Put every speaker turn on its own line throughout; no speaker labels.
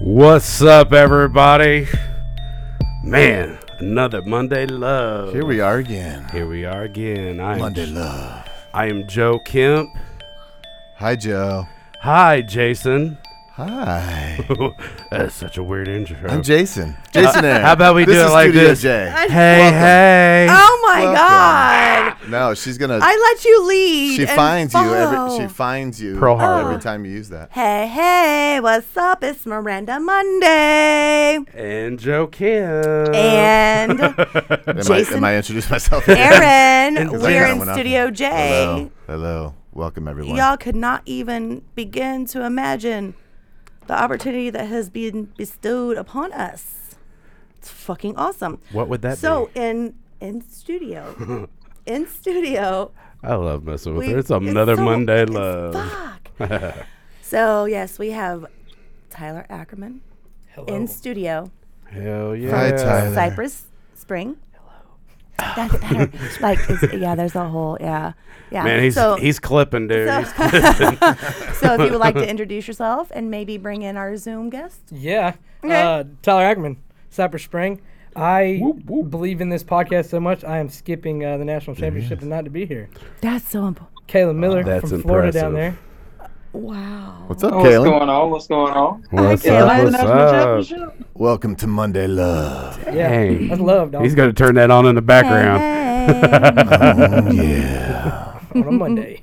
What's up, everybody? Man, another Monday Love.
Here we are again.
Here we are again. I am,
Monday love.
I am Joe Kemp.
Hi, Joe.
Hi, Jason.
Hi.
That's such a weird intro.
I'm Jason. Jason Aaron.
How about we
this
do it
is
like
Studio
this?
J.
hey,
Welcome.
hey.
Oh my
Welcome.
god!
No, she's gonna.
I let you lead.
she
and
finds you every.
follow.
She finds you
Pearl Harbor.
every time you use that.
hey, hey, what's up? It's Miranda Monday,
And Joe Kemp.
and
Am I,
Jason-
am I introduced myself?
Aaron.
Because I
We're
kinda
in
went off.
Studio J.
Hello. Hello. Welcome everyone.
Y'all could not even begin to imagine the opportunity that has been bestowed upon us. It's fucking awesome.
What would that
so
be?
in in studio, in studio.
I love messing with
We-
her. It's another
so-
Monday
it's
Love.
Fuck. so yes, we have Tyler Ackerman in studio,
Hell yeah.
Hi, Tyler.
Cypress Spring. Hello. That's better. like it's, yeah, there's a whole yeah yeah.
Man, he's,
so
he's clipping, dude.
so,
He's-
so if you would like to introduce yourself and maybe bring in our Zoom guest,
Yeah.
Okay.
Uh, Tyler Ackerman, Cypress Spring. I
Whoop, whoop.
believe in this podcast so much, I am skipping uh, the national championship and not to be here.
that's so important.
Kayla Miller
That's
from Florida down
impressive.
there.
Wow.
What's up,
Oh, what's
Kaylin?
going on? What's going on?
What's
Hi,
up?
Kayla.
What's up?
Welcome to Monday Love.
Yeah.
Hey.
That's love, dog.
He's going to turn that on in the background.
Hey,
Oh, yeah.
on a Monday.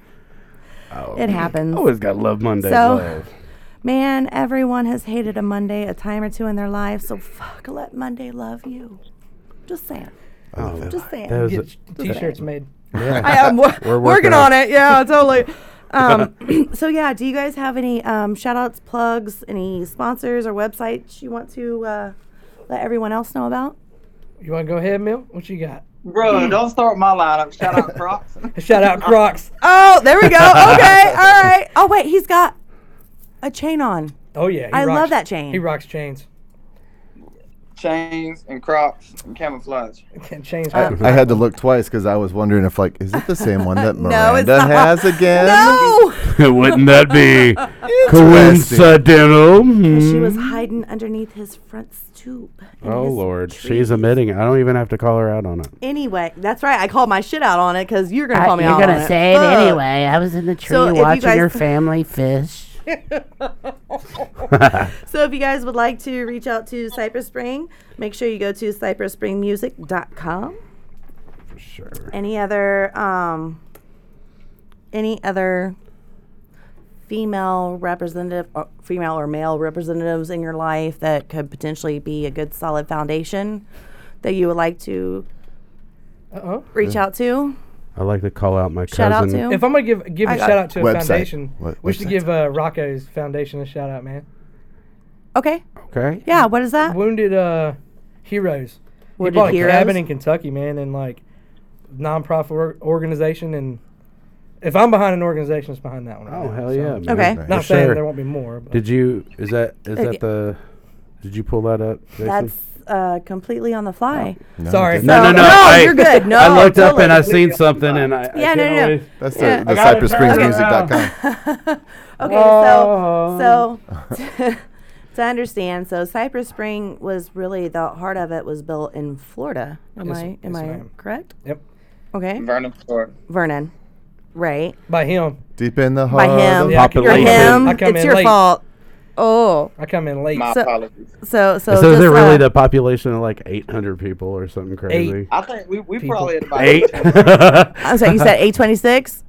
it happens.
Always got to love Monday
So-
Love.
Man, everyone has hated a Monday a time or two in their life, so fuck, let Monday love you. Just saying. Just saying.
That was
Get t shirts made.
I am wor-
We're working
working
on
on it. Yeah, totally. Um, so yeah, do you guys have any um, shout outs, plugs, any sponsors or websites you want to uh, let everyone else know about?
You want to go ahead, Mill? What you got?
Bro,
Hmm.
don't start my lineup. Shout out Crocs.
Shout out Crocs.
Oh, there we go. Okay, all right. Oh wait, he's got a chain on.
Oh, yeah. he
I love
rocks-
that chain.
He rocks chains.
Chains and Crocs and camouflage.
chains.
Uh,
I,
rock.
I had to look twice because I was wondering if, like, is it the same one that
No, it's
Miranda
not.
has again?
No,
Wouldn't that be
Interesting.
coincidental?
she
Hmm.
was hiding underneath his front stoop. in
Oh
his
Lord,
tree.
she's admitting it. I don't even have to call her out on it.
Anyway, that's right. I called my shit out on it because you're gonna
I-
call me
you're
out on
gonna say
Fuck.
it anyway. I was in the tree
So if you
watching
guys-
your family fish.
So if you guys would like to reach out to Cypress Spring, make sure you go to cypressspringmusic.com.
For sure.
Any other um any other female representative or female or male representatives in your life that could potentially be a good solid foundation that you would like to
Uh-oh.
reach out to?
I like to call out my
Shout out
cousin.
to
If I'm going to give give
I
a
got-
shout out to a
Website.
foundation,
What-
we should
website.
give uh, Rocco's foundation a shout out, man.
Okay.
Okay.
Yeah, what is that?
Wounded uh, Heroes.
Wounded
he bought
Heroes?
a cabin in Kentucky, man, and like nonprofit or- organization. And if I'm behind an organization, it's behind that one.
Oh
right?
hell
So,
yeah. Man.
Okay.
For
Not saying
sure.
there won't be more. But
Did you? Is that? Is
Uh,
that the? Did you pull that up? Jason?
That's uh, completely on the fly.
No,
Sorry.
it
no, no, no.
No,
I,
you're good. No,
I looked up and I
totally.
seen something and I. I
Yeah, no,
can't
no, no.
always-
That's
Yeah.
the, the
I gotta turn it
cypresscreensmusic.com.
Okay, so so to understand, so Cypress Spring was really the heart of it was built in Florida. Am
Yes,
I am
yes,
I
ma'am.
correct?
Yep.
Okay,
Vernon Ford.
Vernon, right?
By him.
Deep in
Uh,
the
By
heart.
him,
of-
Yeah, I can
You're
Late.
him.
I come
It's
in
your
late.
fault. Oh,
I come in late.
My
So-
apologies.
so
So,
so.
is
just,
it really
uh,
the population of like 800 people or something crazy?
I think we, we
People.
probably at about
Eight.
I'm sorry. You said eight twenty six.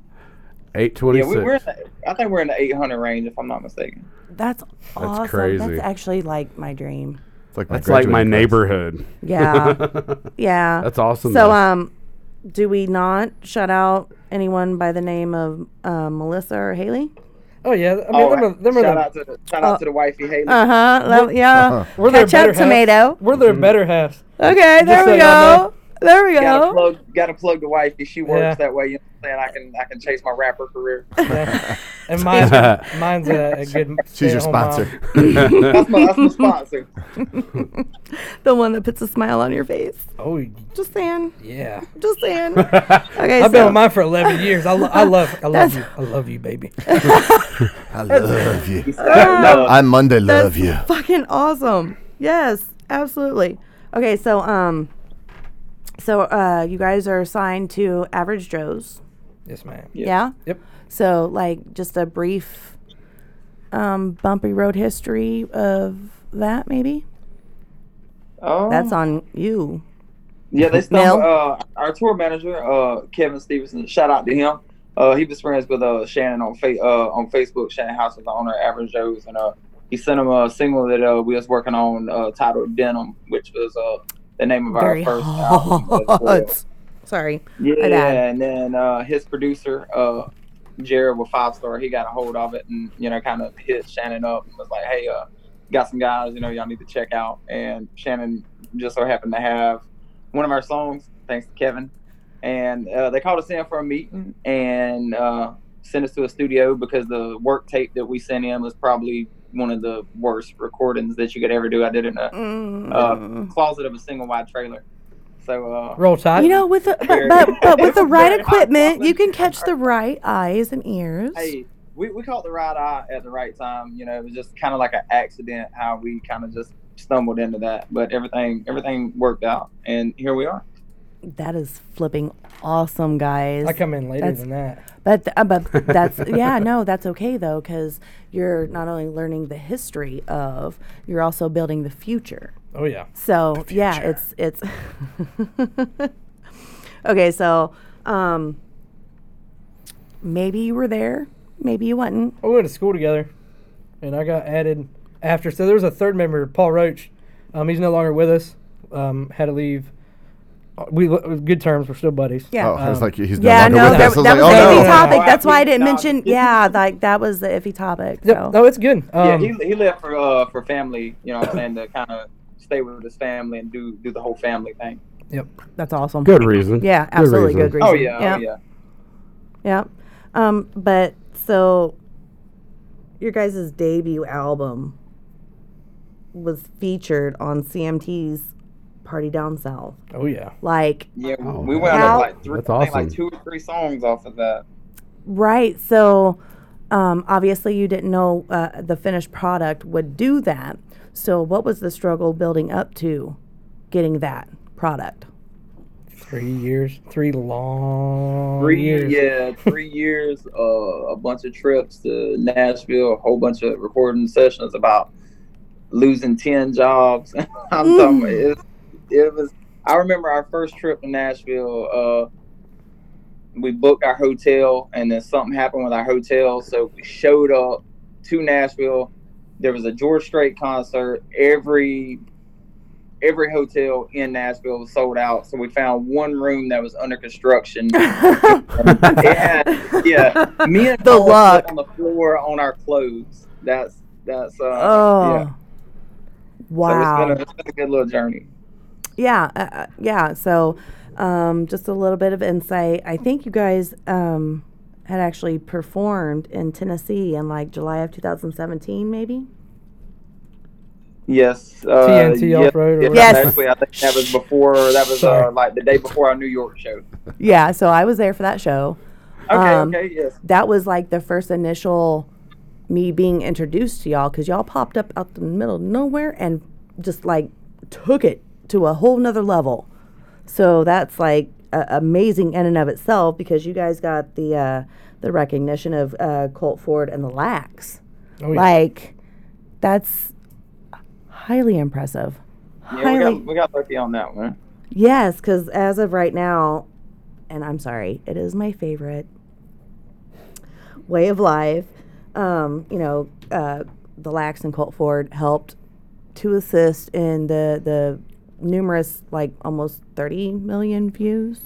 Yeah,
826.
we, we're in the, I think we're in the 800 range, if I'm not mistaken.
That's awesome. That's,
crazy.
actually like my dream.
It's like my,
That's like my
graduating class.
neighborhood.
Yeah, yeah.
That's awesome.
So
though.
um, do we not shut out anyone by the name of uh, Melissa or Haley?
Oh yeah. I mean,
Oh,
them are, them are
shout
the,
out to the, shout out to the wifey Haley.
Uh huh. Yeah.
we're their
Uh-huh.
Ketchup,
better halves.
tomato.
Mm-hmm.
We're their better halves.
Okay, there
Just
we
so y'all
go.
There we
Gotta
go.
plug, gotta plug the wifey. She works
Yeah.
that way. You know what I'm saying? I can, I can chase my rapper career.
Yeah. and mine's, mine's a, a good.
She's your sponsor.
stay-at-home mom.
That's my, that's my sponsor.
The one that puts a smile on your face.
Oh
Just saying.
yeah.
Just saying. Okay.
I've been
so-
with mine for 11 years. I, lo- I love, I love you. I love you, baby.
I love you.
No,
I Monday love
That's
you.
Fucking awesome. Yes, absolutely.
Okay, so um, so uh, you guys are assigned to Average Joe's,
Yes, ma'am.
yeah.
Yep.
So like just a brief, um, bumpy road history of that maybe.
um,
That's on you.
Yeah, they
Mel?
stumbled. Uh, our tour manager, uh, Kevin Stevenson. Shout out to him. Uh, he was friends with uh, Shannon on fa- uh, on Facebook. Shannon House is the owner of Average Joe's, and uh, he sent him a single that uh, we was working on uh, titled "Denim," which was uh, the name of
Very
our first album. as well.
hot. Sorry.
Yeah,
bad.
and then uh, his producer, uh, Jared with Five Star, he got a hold of it and you know kind of hit Shannon up and was like, "Hey, uh, got some guys, you know, y'all need to check out." And Shannon just so happened to have one of our songs, thanks to Kevin, and uh, they called us in for a meeting and uh, sent us to a studio because the work tape that we sent in was probably one of the worst recordings that you could ever do. I did it in
Mm-hmm.
a uh, closet of a single wide trailer. So uh,
Roll Tide.
Mm. You know, with the, but,
Very
but,
good.
but with the right
Very hot
equipment,
woman.
you can catch the right eyes and ears.
hey, we, we caught the right eye at the right time. You know, it was just kind of like an accident how we kind of just stumbled into that, but everything everything worked out, and here we are.
That is flipping awesome, guys.
I come in later
That's-
than that.
But th- uh, but that's yeah no that's okay though because you're not only learning the history of you're also building the future.
Oh, yeah.
So yeah, it's it's okay. So um, maybe you were there, maybe you wasn't.
Oh, We went to school together, and I got added after. So there was a third member, Paul Roach. Um, he's no longer with us. Um, had to leave. Uh, We with good terms. We're still buddies.
Yeah.
Oh, I was like, he's
yeah,
no
no,
longer
that,
with us. I
that was
like,
the
oh,
iffy
no.
topic.
Oh,
That's why I didn't
no.
mention. Yeah, like that was the iffy topic.
Yep,
So
No, it's good.
yeah,
Um,
he, he left for uh, for family. You know, what I'm saying to kind of stay with his family and do do the whole family thing.
that's awesome.
Good reason.
Yeah, absolutely good reason.
Oh yeah,
Yeah.
oh yeah.
Yeah. Um, but so your guys' debut album was featured on CMT's Party Down South.
oh yeah.
Like,
Yeah,
Oh,
we wound
How-
up like three,
That's
I think,
awesome.
like two or three songs off of that.
right. So um, obviously you didn't know uh, the finished product would do that. So what was the struggle building up to getting that product?
Three years. Three long
Three
years.
years, yeah, three years, uh, a bunch of trips to Nashville, a whole bunch of recording sessions about losing ten jobs. I'm talking, about- it, it was. I remember our first trip to Nashville. Uh, we booked our hotel, and then something happened with our hotel, so we showed up to Nashville. There was a George Strait concert. Every every hotel in Nashville was sold out. So we found one room that was under construction. yeah, yeah. Me and
The
Paul slept
luck.
on the floor on our clothes. That's that's uh
Oh.
yeah.
Wow.
So it's been, a, it's been a good little journey.
yeah uh, uh, yeah so um, just a little bit of insight i think you guys um, had actually performed in tennessee in like july of 2017 maybe
Yes. Uh,
TNT
yeah,
off-road or
yeah,
Yes.
Actually, I think that was before. That was uh,
Sorry.
like the day before our New York show.
yeah so i was there for that show
Okay.
Um,
okay. Yes.
that was like the first initial me being introduced to y'all because y'all popped up out the middle of nowhere and just like took it to a whole nother level. So that's like a- amazing in and of itself because you guys got the uh, the recognition of uh, Colt Ford and the Lax.
Oh, yeah.
Like that's highly impressive.
Yeah, we
highly-
got, we got lucky on that one.
Yes, because as of right now, and I'm sorry, it is my favorite way of life. Um, you know, uh, the Lax and Colt Ford helped to assist in the the numerous like almost 30 million views.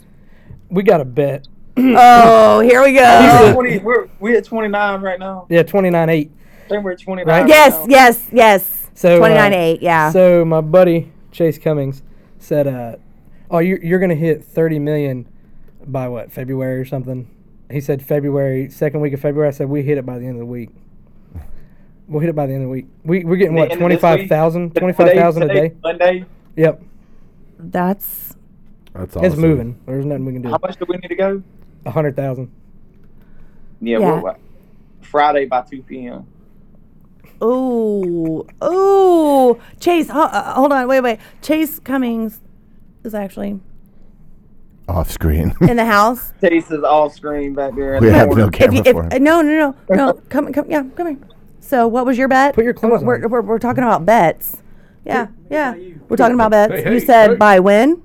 We got a bet.
oh, here we
We're,
go.
at 20, we're, we're at 29 right now.
Yeah, twenty nine eight.
I think we're at 29.
Right.
right
Yes,
now.
yes, yes.
So uh,
29.8, yeah.
So my buddy Chase Cummings said, uh, "Oh, you're you're gonna hit 30 million by what February or something." He said February, second week of February. I said we hit it by the end of the week. We'll hit it by the end of the week. We we're getting
The
what
end of this week?
25,000 25,000 a
Today-
day.
today, Monday.
Yep,
That's
That's awesome.
it's moving. There's nothing we can do.
How much do we need to go?
A hundred thousand.
Yeah,
Yeah.
We're, what? Friday by two p.m.
Oh, oh, Chase. ho- uh, hold on, wait, wait. Chase Cummings is actually
Off screen.
in the house.
Chase is all screen back there. In
we
the
have
corner.
no
if
camera
you, if,
for
uh,
him.
no, no, no, no. Come, come, yeah, come here. So, what was your bet?
Put your clothes
we're,
on.
We're, we're talking about bets. Yeah, yeah. We're talking about bets.
Hey,
you
hey,
said
hey.
by when?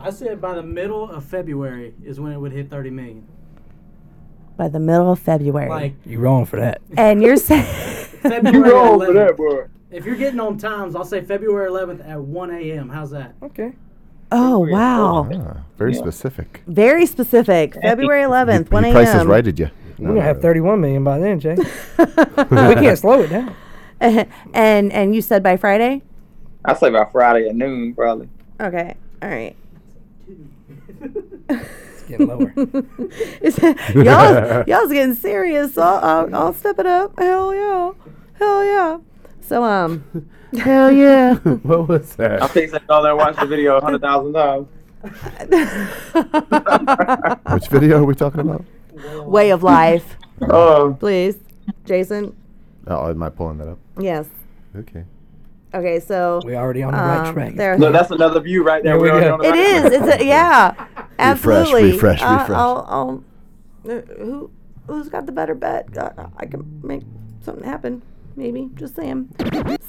I said by the middle of February is when it would hit 30 million.
By the middle of February.
Like
You wrong for that.
and you're saying
February
You're all for
11th.
that, boy.
If you're getting on times, I'll say February 11th at 1 a.m. How's that?
Okay.
Oh wow!
Ah, very specific.
Very specific. February 11th, 1
You Price is
a.m.
righted you.
We're gonna have 31 million by then, Jay. we can't slow it down.
and and you said by Friday.
I say by Friday at noon probably.
Okay. All right.
It's getting lower.
Is- y'all, y'all's getting serious. So I'll, I'll, I'll step it up. Hell yeah. Hell yeah. So um,
Hell yeah.
what was that?
I'm fixing to go there and watch the video a hundred thousand times.
Which video are we talking about?
way of life,
Oh,
please, Jason.
Oh, am I pulling that up?
Yes.
Okay.
Okay. So
We're already on the right
um,
track.
there.
look, that's another view right there.
There we
We're already
go.
on the
It
right
is.
track.
It's a, yeah. Absolutely.
refresh,
Uh,
refresh.
I'll, I'll, uh, who who's got the better bet? Uh, I can make something happen. Maybe. Just saying. So
We don't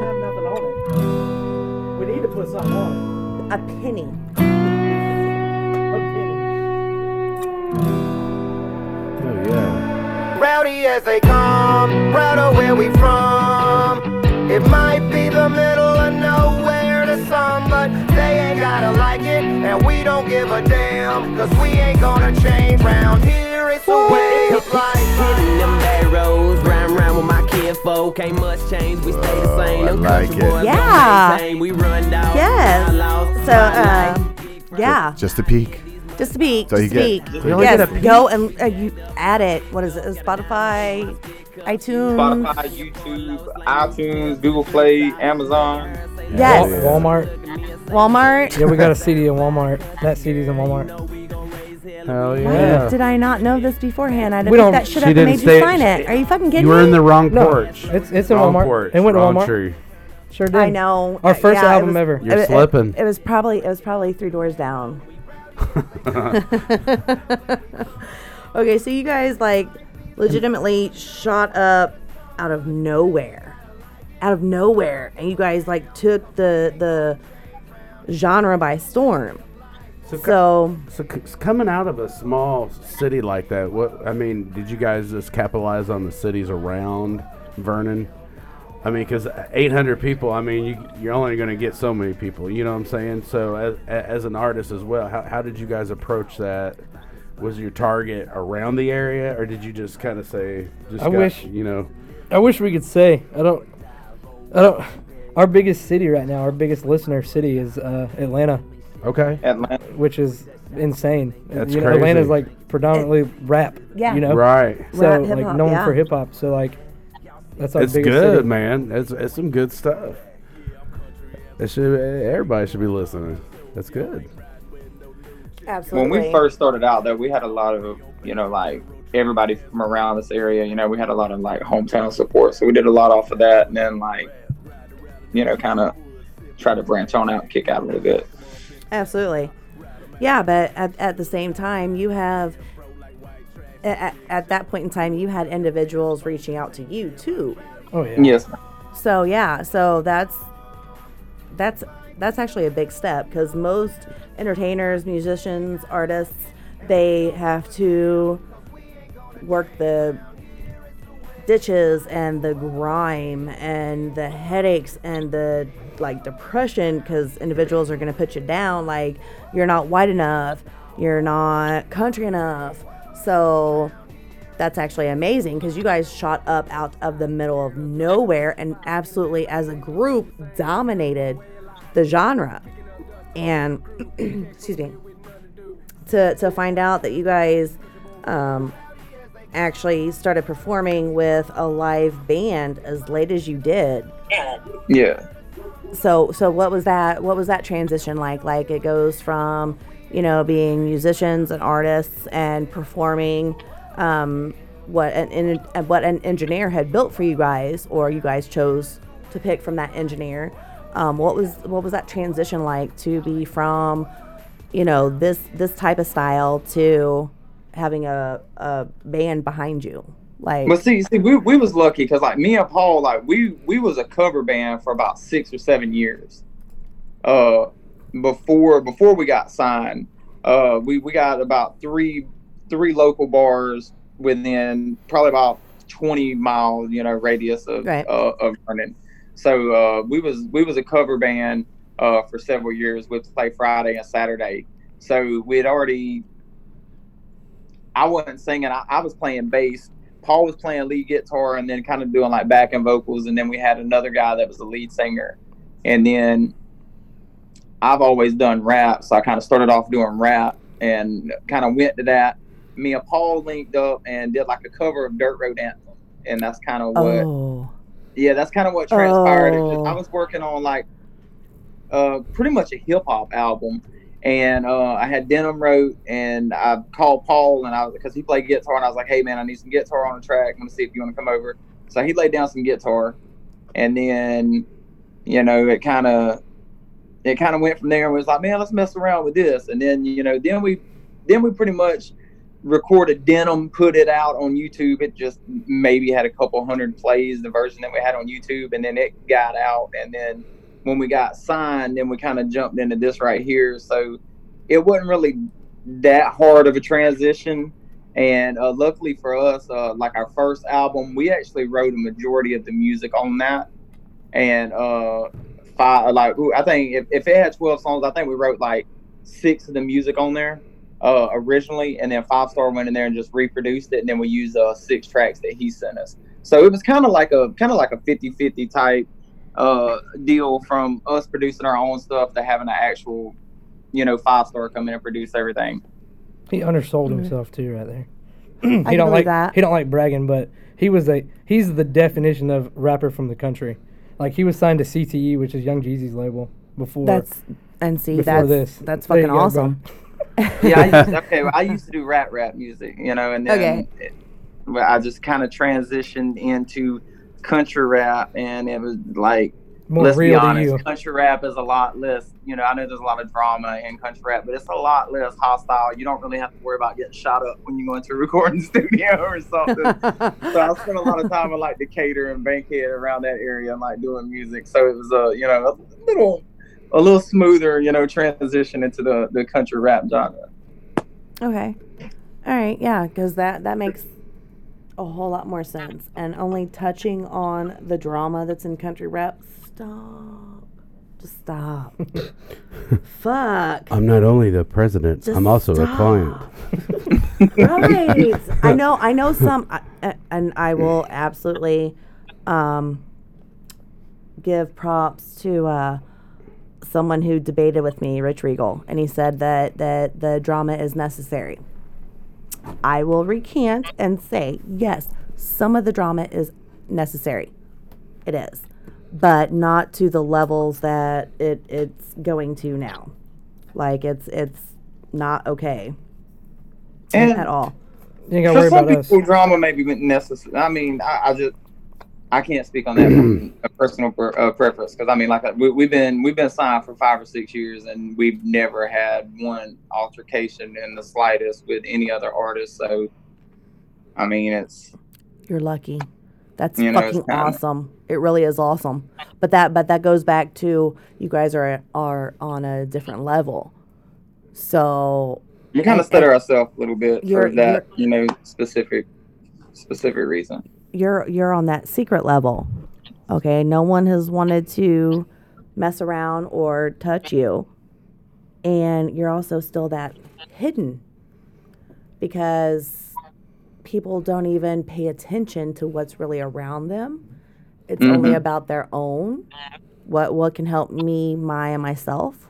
have nothing on it. We need to put something on
a penny.
it. Okay.
Oh, yeah.
Rowdy as they come, proud of where we from. It might be the middle of nowhere to some, but they ain't gotta like it, and we don't give a damn, cause we ain't gonna change round here. It's a way of life. Hitting them bad roads, round round with my kinfolk, ain't much change, we stay the same.
Oh, I
Them
Uh, like
country
it.
boys don't
Yeah.
maintain, We run down,
Yes.
outlaws,
So, uh,
spotlight.
Yeah.
Just a peek.
Just speak.
So
just
you
speak.
get- so you only
yes.
get a
go and uh, you add it. What is it? Spotify, iTunes.
Spotify, YouTube, iTunes, Google Play, Amazon.
Yes.
Wal- Walmart.
Walmart.
Yeah, we got a CD in Walmart. That CD's in Walmart.
Hell
Why
yeah.
did I not know this beforehand? I didn't
We
think
don't-
that should
She
have
didn't
made you
say-
sign it. Are you fucking kidding
You were
me?
in the wrong
No,
porch.
It's it's in
Wrong
Walmart.
porch.
It went to
wrong
Walmart.
tree.
Sure did.
I know.
Our
Uh,
first
yeah, it
album
was-
ever.
You're
it- it-
slipping.
It was probably it was probably three doors down. okay, so you guys like legitimately shot up out of nowhere. Out of nowhere. And you guys like took the the genre by storm.
So, co-
So
so c- s- coming out of a small city like that, what I mean, did you guys just capitalize on the cities around Vernon? I mean, because 800 people, I mean, you, you're only going to get so many people. You know what I'm saying? So, as, a- as an artist as well, how, how did you guys approach that? Was your target around the area, or did you just kind of say, just
I
got-
wish-
you know?
I wish we could say. I don't. I don't. Our biggest city right now, our biggest listener city is uh, Atlanta,
Okay.
Atlanta.
which is insane.
That's
you know,
crazy.
Atlanta's like predominantly rap.
yeah.
You know.
Right.
So
Rap,
like
hip-hop,
known
yeah.
for hip hop. So like, that's our
It's
biggest
good,
city.
man. It's, it's some good stuff. It should, everybody should be listening. That's good.
absolutely.
When we first started out, though, we had a lot of, you know, like everybody from around this area. You know, we had a lot of like hometown support, so we did a lot off of that, and then like, you know, kind of try to branch on out, and kick out a little bit.
Absolutely. Yeah, but at, at the same time, you have, at, at that point in time, you had individuals reaching out to you too.
Oh yeah.
Yes.
So yeah, so that's that's that's actually a big step because most entertainers, musicians, artists, they have to work the ditches and the grime and the headaches and the like depression because individuals are going to put you down like you're not white enough you're not country enough so that's actually amazing because you guys shot up out of the middle of nowhere and absolutely as a group dominated the genre. And excuse me, to to find out that you guys um, actually started performing with a live band as late as you did.
Yeah.
So so what was that what was that transition like? Like it goes from, you know, being musicians and artists and performing um, what an en- uh, what an engineer had built for you guys or you guys chose to pick from that engineer. Um, what was what was that transition like to be from, you know, this this type of style to having a, a band behind you? Like
But see, see, we, we was lucky because like me and Paul, like we we was a cover band for about six or seven years. Uh, before before we got signed, uh, we we got about three three local bars within probably about twenty mile you know radius of
Right.
uh, of Vernon. So uh, we was we was a cover band uh, for several years. We'd play Friday and Saturday. So we'd already. I wasn't singing. I, I was playing bass Paul was playing lead guitar and then kind of doing like backing vocals, and then we had another guy that was the lead singer, and then I've always done rap, so I kind of started off doing rap and kind of went to that. Me and Paul linked up and did like a cover of Dirt Road Anthem, and that's kind of what
oh
yeah, that's kind of what transpired. It was-
Oh.
I was working on like uh, pretty much a hip hop album, and uh, I had Denim wrote, and I called Paul, and I because he played guitar, and I was like, "Hey man, I need some guitar on the track. I'm gonna see if you want to come over." So he laid down some guitar, and then you know it kind of it kind of went from there. and was like, "Man, let's mess around with this," and then you know then we then we pretty much recorded denim put it out on youtube it just maybe had a couple hundred plays the version that we had on youtube and then it got out and then when we got signed then we kind of jumped into this right here so it wasn't really that hard of a transition and uh, luckily for us uh, like our first album we actually wrote a majority of the music on that and uh five like ooh, i think if, if it had 12 songs i think we wrote like six of the music on there uh, originally, and then Five Star went in there and just reproduced it, and then we used uh, six tracks that he sent us. So it was kind of like a kind of like a 50-50 type uh, deal from us producing our own stuff to having an actual, you know, Five Star come in and produce everything.
He undersold himself too, right there. he
Mm-hmm. can believe
don't like
that.
he don't like bragging, but he was a he's the definition of rapper from the country. Like he was signed to CTE, which is Young Jeezy's label before.
that's and see
before
that's
this.
that's
There you
fucking
go, bro.
awesome.
Yeah, I used, okay, well, I used to do rap rap music, you know, and then
Okay.
it- well, I just kind of transitioned into country rap, and it was like
More
let's be
real to
honest,
you.
country rap is a lot less. You know, I know there's a lot of drama in country rap, but it's a lot less hostile. You don't really have to worry about getting shot up when you go into a recording studio or something. so I spent a lot of time in like Decatur and Bankhead around that area, and like doing music. So it was a you know a little a little smoother, you know, transition into the the country rap genre.
Okay. All right. Yeah, because that that makes a whole lot more sense. And only touching on the drama that's in country rap. Stop. Just stop. Fuck.
I'm not only the president,
Just
I'm also a client.
right. I know. I know some, I- a- and I will absolutely um, give props to uh, someone who debated with me, Rich Regal, and he said that that the drama is necessary. I will recant and say yes, some of the drama is necessary. It is, but not to the levels that it it's going to now. Like it's it's not okay
And
at all.
You ain't gotta worry
For some
about us.
people, drama may be necessary. I mean, I, I just I can't speak on that from a personal per, uh, preference because I mean, like we, we've been we've been signed for five or six years, and we've never had one altercation in the slightest with any other artist. So, I mean, it's
You're lucky. That's
You know, it's
fucking
kinda-
awesome. It really is awesome. But that but that goes back to you guys are are on a different level. So
we kind
And-
of stutter ourselves a little bit for
You're-
that, you know, specific specific reason.
you're you're on that secret level. Okay, no one has wanted to mess around or touch you. And you're also still that hidden because people don't even pay attention to what's really around them. It's only about their own what what can help me, my, and myself.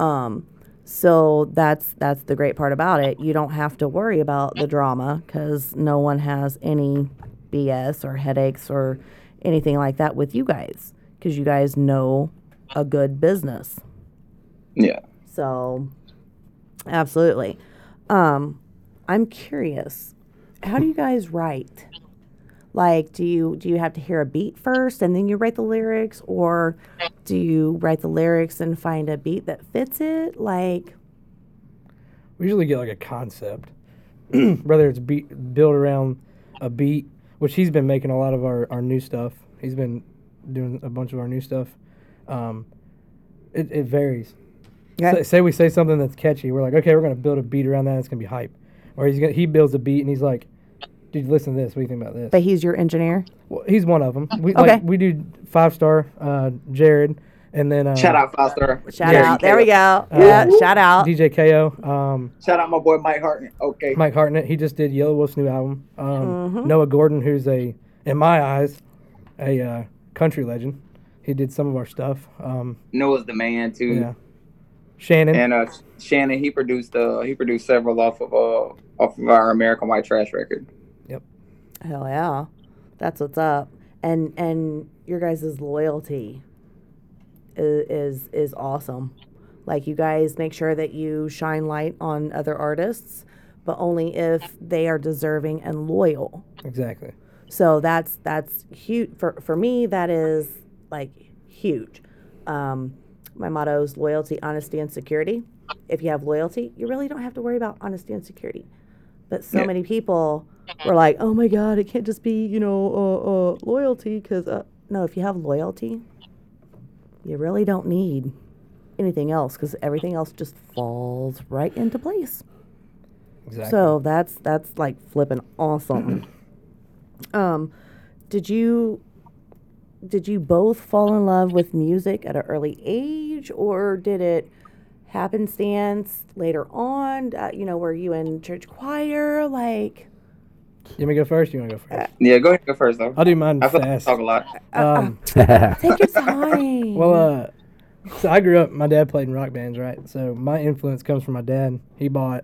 Um, so that's that's the great part about it. You don't have to worry about the drama because no one has any BS or headaches or anything like that with you guys because you guys know a good business.
Yeah.
So, absolutely. Um, I'm curious. How do you guys write? Like, do you do you have to hear a beat first and then you write the lyrics, or do you write the lyrics and find a beat that fits it? Like,
we usually get like a concept, whether it's beat, built around a beat, which he's been making a lot of our, our new stuff. He's been doing a bunch of our new stuff. Um, it, it varies.
Okay.
Say, say we say something that's catchy, we're like, okay, we're gonna build a beat around that. and It's gonna be hype. Or he's gonna, he builds a beat and he's like, dude, listen to this. What do you think about this?
but he's your engineer.
Well, he's one of them. We,
Okay.
like, we do five star, uh, Jared, and then uh,
Shout out Foster.
Shout out. There we go. yeah. Shout out.
DJ Ko. Um,
Shout out my boy Mike Hartman. Okay.
Mike Hartnett. He just did Yellow Wolf's new album. Um, Noah Gordon, who's a, in my eyes, a uh, country legend. He did some of our stuff. Um,
Noah's the man too.
yeah, Shannon.
And uh, Shannon, he produced uh, he produced several off of uh, off of our American White Trash record.
Hell yeah. That's what's up. And and your guys' loyalty is, is is awesome. Like you guys make sure that you shine light on other artists, but only if they are deserving and loyal.
exactly.
So that's that's huge for for me. That is like huge. Um, my motto is loyalty, honesty, and security. If you have loyalty, you really don't have to worry about honesty and security. But so many people were like, "Oh my God, it can't just be you know uh, uh, loyalty." Because uh. no, if you have loyalty, you really don't need anything else because everything else just falls right into place.
Exactly.
So that's that's like flipping awesome. um, did you did you both fall in love with music at an early age, or did it happenstance later on? Uh, you know, were you in church choir? Like,
you want me to go first? You want to go first?
Yeah, go ahead go first though.
I'll do mine
I feel like I
fast.
talk a lot.
Um,
take your time.
well, uh, so I grew up. My dad played in rock bands, right? So my influence comes from my dad. He bought.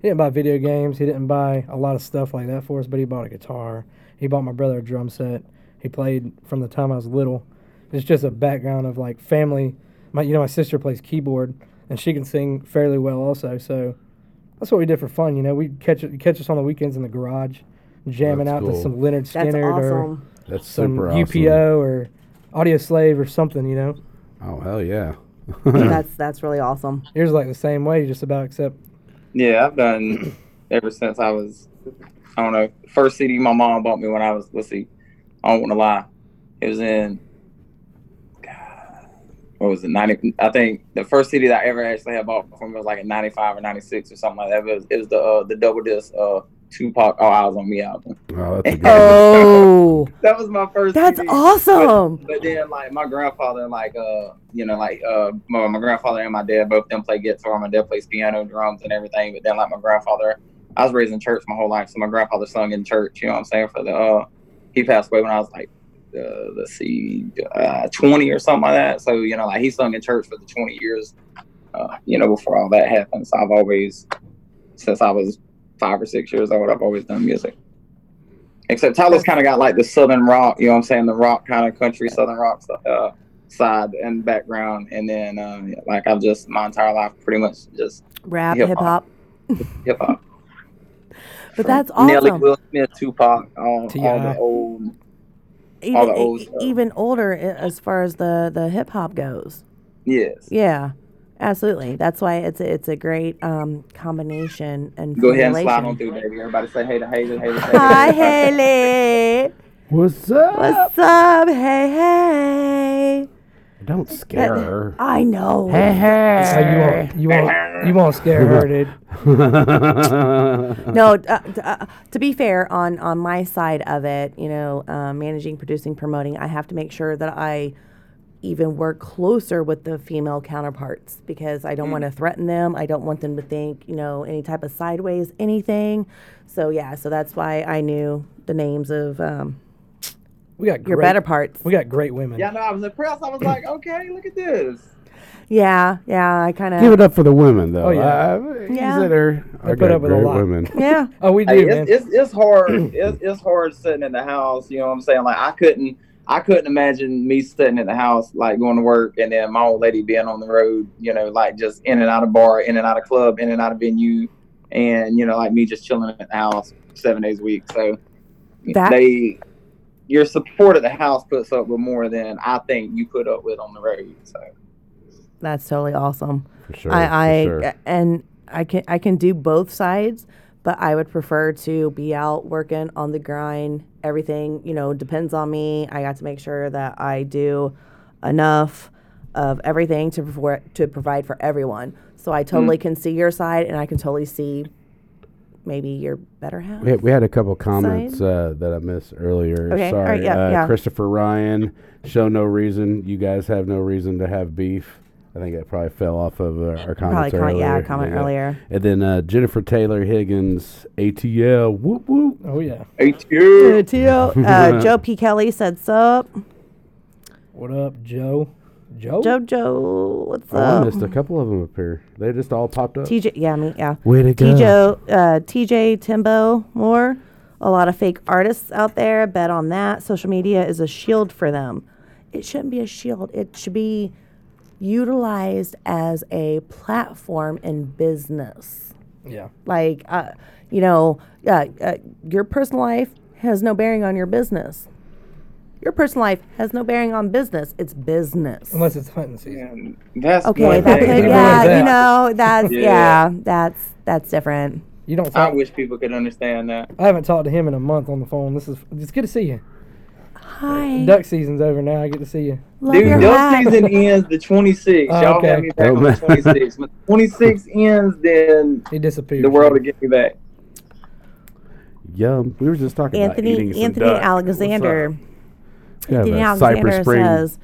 He didn't buy video games. He didn't buy a lot of stuff like that for us, but he bought a guitar. He bought my brother a drum set. He played from the time I was little. It's just a background of like family. My, you know, my sister plays keyboard and she can sing fairly well also. So that's what we did for fun. You know, we catch catch us on the weekends in the garage, jamming
That's
out to
cool.
some Leonard
that's
Skinner or
awesome.
That's
some
super
UPO or Audio Slave or something, you know.
awesome. Oh hell yeah.
that's that's really awesome.
Yours is like the same way, just about except
Yeah, I've done ever since I was, I don't know, first CD my mom bought me when I was, let's see, I don't want to lie. It was in, God, what was it, 90, I think the first CD that I ever actually had bought from was like in 95 or 96 or something like that. It was, it was the uh, the double disc uh, Tupac All Eyes on Me album.
Oh, that's a good one.
Oh,
That was my first
that's
CD.
awesome.
But then, like my grandfather, like uh, you know, like uh, my, my grandfather and my dad both them play guitar. My dad plays piano, drums, and everything. But then, like my grandfather, I was raised in church my whole life, so my grandfather sung in church. You know what I'm saying? For the uh, he passed away when I was like, uh, let's see, uh, 20 or something like that. So you know, like he sung in church for the 20 years. Uh, you know, before all that happened, so I've always, since I was five or six years old, I've always done music. Except Tyler's kind of got like the southern rock, you know what I'm saying? The rock kind of country, southern rock uh, side and background. And then, uh, like, I've just, my entire life pretty much just
Rap,
Hip
hip hop,
hip hop.
but that's
Nelly,
awesome.
Will Smith, Tupac, all, all
T.I..
the old.
Even,
all the old
e-
stuff.
even older i- as far as the the hip hop goes.
Yes.
Yeah, absolutely. That's why it's a, it's a great um, combination and
Go ahead and slide
formulation.
on through, baby. Everybody say hey to Hazel, Hazel, Hazel.
Hi Haley,
What's up?
what's up? Hey hey,
Don't scare her.
I know.
So you won't, you won't, you won't scare her, dude.
No, d- uh, d- uh, to be fair, on on my side of it, you know, uh, managing, producing, promoting, I have to make sure that I even work closer with the female counterparts because I don't want to threaten them. I don't want them to think, you know, any type of sideways anything. So yeah, so that's why I knew the names of um,
We got great,
your better parts.
We got great women.
Yeah, no, I was impressed. I was like, okay, look at this.
Yeah, yeah, I kind
Give
of.
it up for the women, though.
Oh, yeah.
I, I
Yeah.
consider
They
I
put
got
up with a
great
lot.
women.
Yeah,
Oh, we do,
Hey,
man.
it's, it's it's hard. it's, it's hard sitting in the house. You know what I'm saying? Like I couldn't I couldn't imagine me sitting in the house like going to work and then my old lady being on the road. You know, like just in and out of bar, in and out of club, in and out of venue, and you know, like me just chilling at the house seven days a week. So
That-
they your support at the house puts up with more than I think you put up with on the road. So
that's totally awesome.
For sure.
I, I
for sure.
and I can I can do both sides, but I would prefer to be out working on the grind. Everything you know depends on me. I got to make sure that I do enough of everything to provi- to provide for everyone. So I
Mm.
totally can see your side, and I can totally see maybe your better half.
We had, we had a couple comments uh, that I missed earlier.
Okay, all
Sorry.
right, yeah,
uh,
yeah.
Christopher Ryan, show no reason. You guys have no reason to have beef. I think that probably fell off of uh, our, our
Probably
comments
comment,
earlier.
yeah, comment earlier.
And then uh, Jennifer Taylor Higgins, ATL, whoop whoop.
oh yeah.
ATL.
Uh, Joe P. Kelly said, "Sup,
What up, Joe? Joe.
Joe Joe, what's
Oh, I
up?"
missed a couple of them up here. They just all popped up.
TJ, yeah, me, yeah.
Way to
TJ,
go.
uh, TJ Timbo Moore. A lot of fake artists out there. Bet on that. Social media is a shield for them. It shouldn't be a shield. It should be utilized as a platform in business.
Yeah.
Like, uh, you know, uh, uh, your personal life has no bearing on your business. Your personal life has no bearing on business. It's business.
Unless it's hunting season.
And That's
Okay,
one
that's
thing.
it.
Everyone
Yeah,
is
you
out.
know, that's
Yeah.
yeah, that's that's different.
You don't
I
talk.
wish people could understand that.
I haven't talked to him in a month on the phone. This is it's good to see you.
Hi,
Duck season's over now. I get to see you.
love your
Dude, duck
hat.
season ends the 26th.
Oh,
Y'all
okay.
have me back
Oh,
on
man.
the 26th. When 26 ends, then
He disappeared.
the world will get me back.
Yum. We were just talking about eating
Anthony
some
Anthony
duck. What's up?
Alexander.
We have
Anthony
a
Alexander
Cypress Spring
says,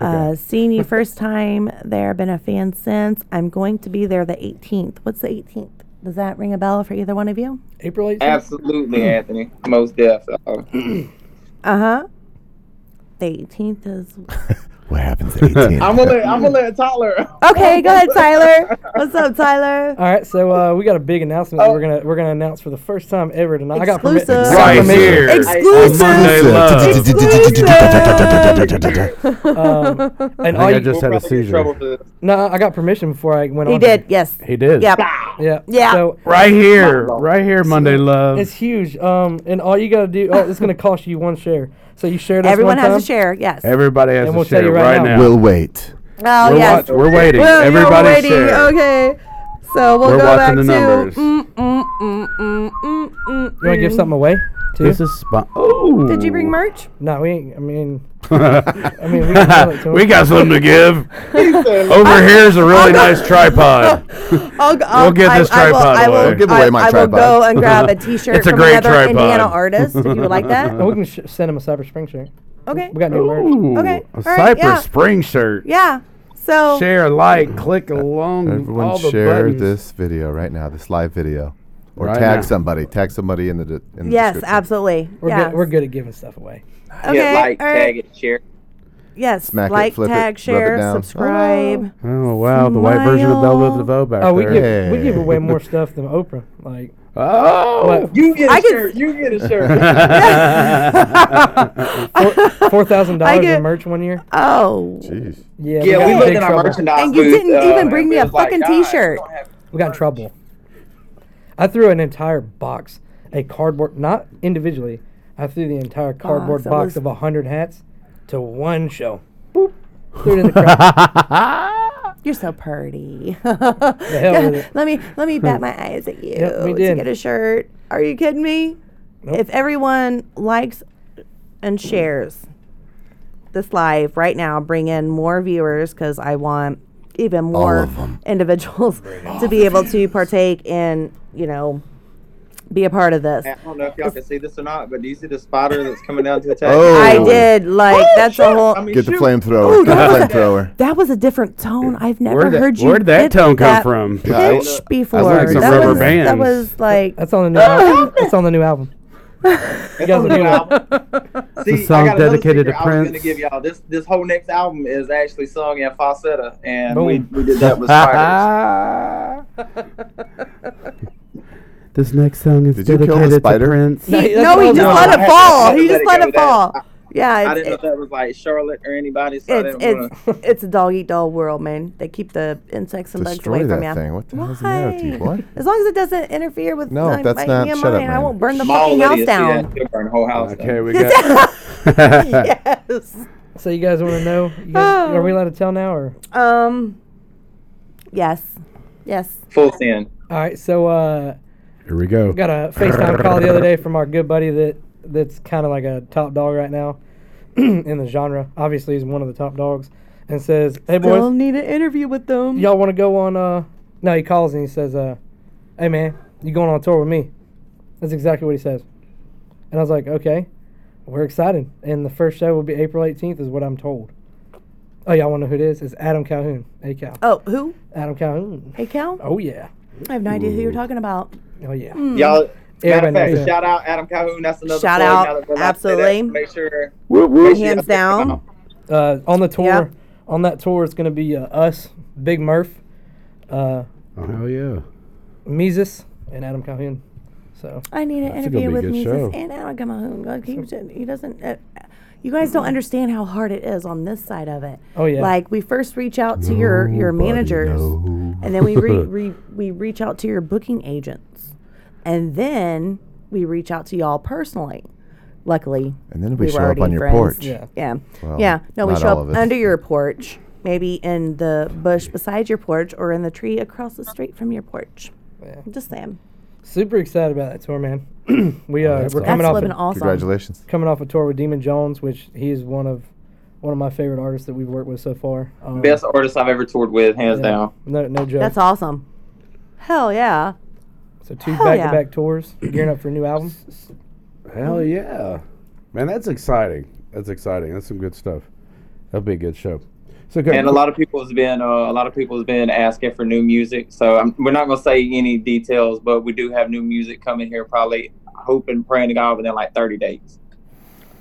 uh,
cookout.
"Seen you first time there. Been a fan since. I'm going to be there the 18th. What's the 18th? Does that ring a bell for either one of you?
April 18th.
Absolutely, Anthony. Most deaf. Uh,
Uh huh. The 18th is
What happens at 18?
I'm gonna let I'm gonna let Tyler.
okay. go ahead, Tyler. What's up, Tyler?
All right, so uh, we got a big announcement
Oh.
that we're gonna we're gonna announce for the first time ever tonight. I got
Exclusive.
permi-
Right
got permission-
here.
Exclusive.
Um, and
I
all
think I
you,
just had a seizure.
no, I got permission before I went
He
on. here.
did. Yes.
He did.
Yep.
Yeah.
Yeah.
So
Right here. Right here, Monday Love.
it's huge. Um, and all you gotta do, oh, it's gonna cost you one share. So you share this.
Everyone
one
has
time.
to share. Yes.
Everybody has
And
to
we'll tell
share
you right
right,
now.
now.
We'll wait.
oh
we're,
yes.
watch- we're waiting.
Well, you're
Everybody
waiting.
share.
Oh, Okay. So we'll
We're
go
watching
back
the numbers.
to. Mm, mm, mm, mm, mm, mm,
You wanna give
mm.
something away? Too?
This is spot. Oh.
Did you bring merch?
no, we ain't. I mean, I mean, we can sell it to
we
'em.
got something to give. Over here's a really nice tripod.
I'll, g- I'll,
give this
I,
tripod
I will, I will,
away. Give
away
I,
my
I
tripod.
will go and grab a T-shirt
It's a
from
great
another
tripod.
Indiana artist if you would like that.
And we can sh- send him a Cypress Spring shirt.
Okay.
We got new merch.
Ooh,
Okay,
A
all right,
Cypress
yeah.
Spring shirt.
Yeah. So
Share, like, click along. all
Everyone
the
share
buttons.
this video right now, this live video. Or
Right
tag
now.
somebody. Tag somebody in the, de- in the
yes,
description.
absolutely.
We're
yes.
good. We're good at giving stuff away.
Okay.
yeah, like,
all right.
tag it, share.
Yes.
Smack it,
like,
flip it,
tag,
rub it
share,
down.
subscribe.
Oh wow, the white version of Belle with the Vogue back
Oh, we
there.
give we give
Yeah.
away more stuff than Oprah. Like,
Oh.
what?
You get a
I can-
shirt. You get a shirt.
Four thousand
I
dollars
get-
in merch one year.
Oh.
Jeez.
Yeah,
yeah, we
got
looked
big
in our
trouble.
merchandise
And you
booth, uh,
didn't even
and
bring me
we
a
was like,
fucking
"God, we
t-shirt."
don't have-
We got in trouble. I threw an entire box, a cardboard, not individually. I threw the entire cardboard
that
box
was-
of a hundred hats to one show. Boop. Threw it in the crowd.
You're so pretty.
hell with it. Hmm.
let me let me bat my eyes at you
Yep, we
to
did.
get a shirt. Are you kidding me? If everyone likes and shares this live right now, bring in more viewers because I want even more
of 'em.
individuals to be able to partake in, you know, be a part of this.
I don't know if y'all can see this or not, but do you see the spider that's coming down to attack?
Oh.
I did like that's a whole.
I mean,
Get the
shoot.
flamethrower. Get the
that was-
flamethrower.
that was a different tone. I've never
Where'd that-
heard you.
where'd that
hit
tone come
that
from?
Pitch
Yeah, I-
before.
like some
that
rubber
was, That
bands.
was like
That's on the new. album. That's on the new album. You guys are
Look
doing
at
it.
that. See,
a song
I got another
dedicated to
secret I was gonna
Prince.
give y'all this. This whole next album is actually sung in falsetto, and we,
Boom.
we did that with spiders.
this next song is
Did you kill the
dedicated to
spider?
Prince.
Hey, that's
no,
what I
he just
was
No,
gonna-
I
let it
had to- I
fall.
had to
He
let
just
it
let
go
it
that-
fall.
I-
Yeah,
I
it's
didn't know if
it-
that was like Charlotte or anybody, so I
it's
didn't want
it's it's a dog eat dog world, man. They keep the insects and bugs
Destroy
away from
that
you.
thing. What the hell's the matter with you?
Why?
What?
As long as it doesn't interfere with
No,
my,
that's
my,
not-
me and
shut up,
mine, I
man.
won't burn the
Small
fucking
lady,
house
see,
down.
that could burn the whole house
Okay,
down.
we got.
yes.
So you guys want to know? You guys,
Oh.
Are we allowed to tell now? Or
Um. Yes. Yes.
Full sin.
all right, so uh,
Here we go.
got a FaceTime call the other day from our good buddy that that's kind of like a top dog right now in the genre. Obviously, he's one of the top dogs, and says, "Hey boys,
Still need an interview with them.
y'all want to go on uh no he calls and he says uh hey man you going on tour with me that's exactly what he says and i was like okay we're excited and the first show will be april 18th is what i'm told oh y'all want to know who it is it's adam calhoun hey cal
Oh, who?
adam calhoun
Hey, Cal.
oh yeah
I have no idea who you're talking about.
oh yeah
Hmm.
Y'all, matter
Everybody knows
of fact,
that.
shout out Adam Calhoun. That's another
Shout out,
plug, now that I say that,
absolutely.
Make sure
Hands down.
uh on the tour
Yep.
on that tour it's gonna be uh, us big murph uh
Oh, hell yeah.
mises and adam calhoun so
I need
That's
an
gonna
interview
be a
with
good show.
Mises and Adam Calhoun. Like, He, doesn't- he doesn't. Uh, you guys
Mm-hmm.
don't understand how hard it is on this side of it.
Oh, yeah.
Like we first reach out to your your managers, and then we re, re, we reach out to your booking agents, and then we reach out to y'all personally. Luckily,
And then we
were
show up
already
on your
friends.
porch.
Yeah.
yeah,
Well,
yeah. No, we
not
show
all of
up
us.
under your porch, maybe in the bush beside your porch, or in the tree across the street from your porch.
Yeah.
Just saying,
super excited about that tour man we uh
Oh, that's
we're
awesome.
coming
that's
off
living
a-
awesome.
Congratulations.
coming off a tour with Demon Jones, which he is one of one of my favorite artists that we've worked with so far. Um,
best artist I've ever toured with, hands
yeah,
down.
No, no joke.
That's awesome. Hell yeah.
so two
Hell
back
yeah.
to back tours, gearing up for a new album.
Hell
Hmm.
yeah. Man, that's exciting. That's exciting. That's some good stuff. That'll be a good show. So go
And a lot of people has been uh, a lot of people has been asking for new music. So I'm, we're not gonna say any details, but we do have new music coming here. Probably hoping, praying to God within like 30 days,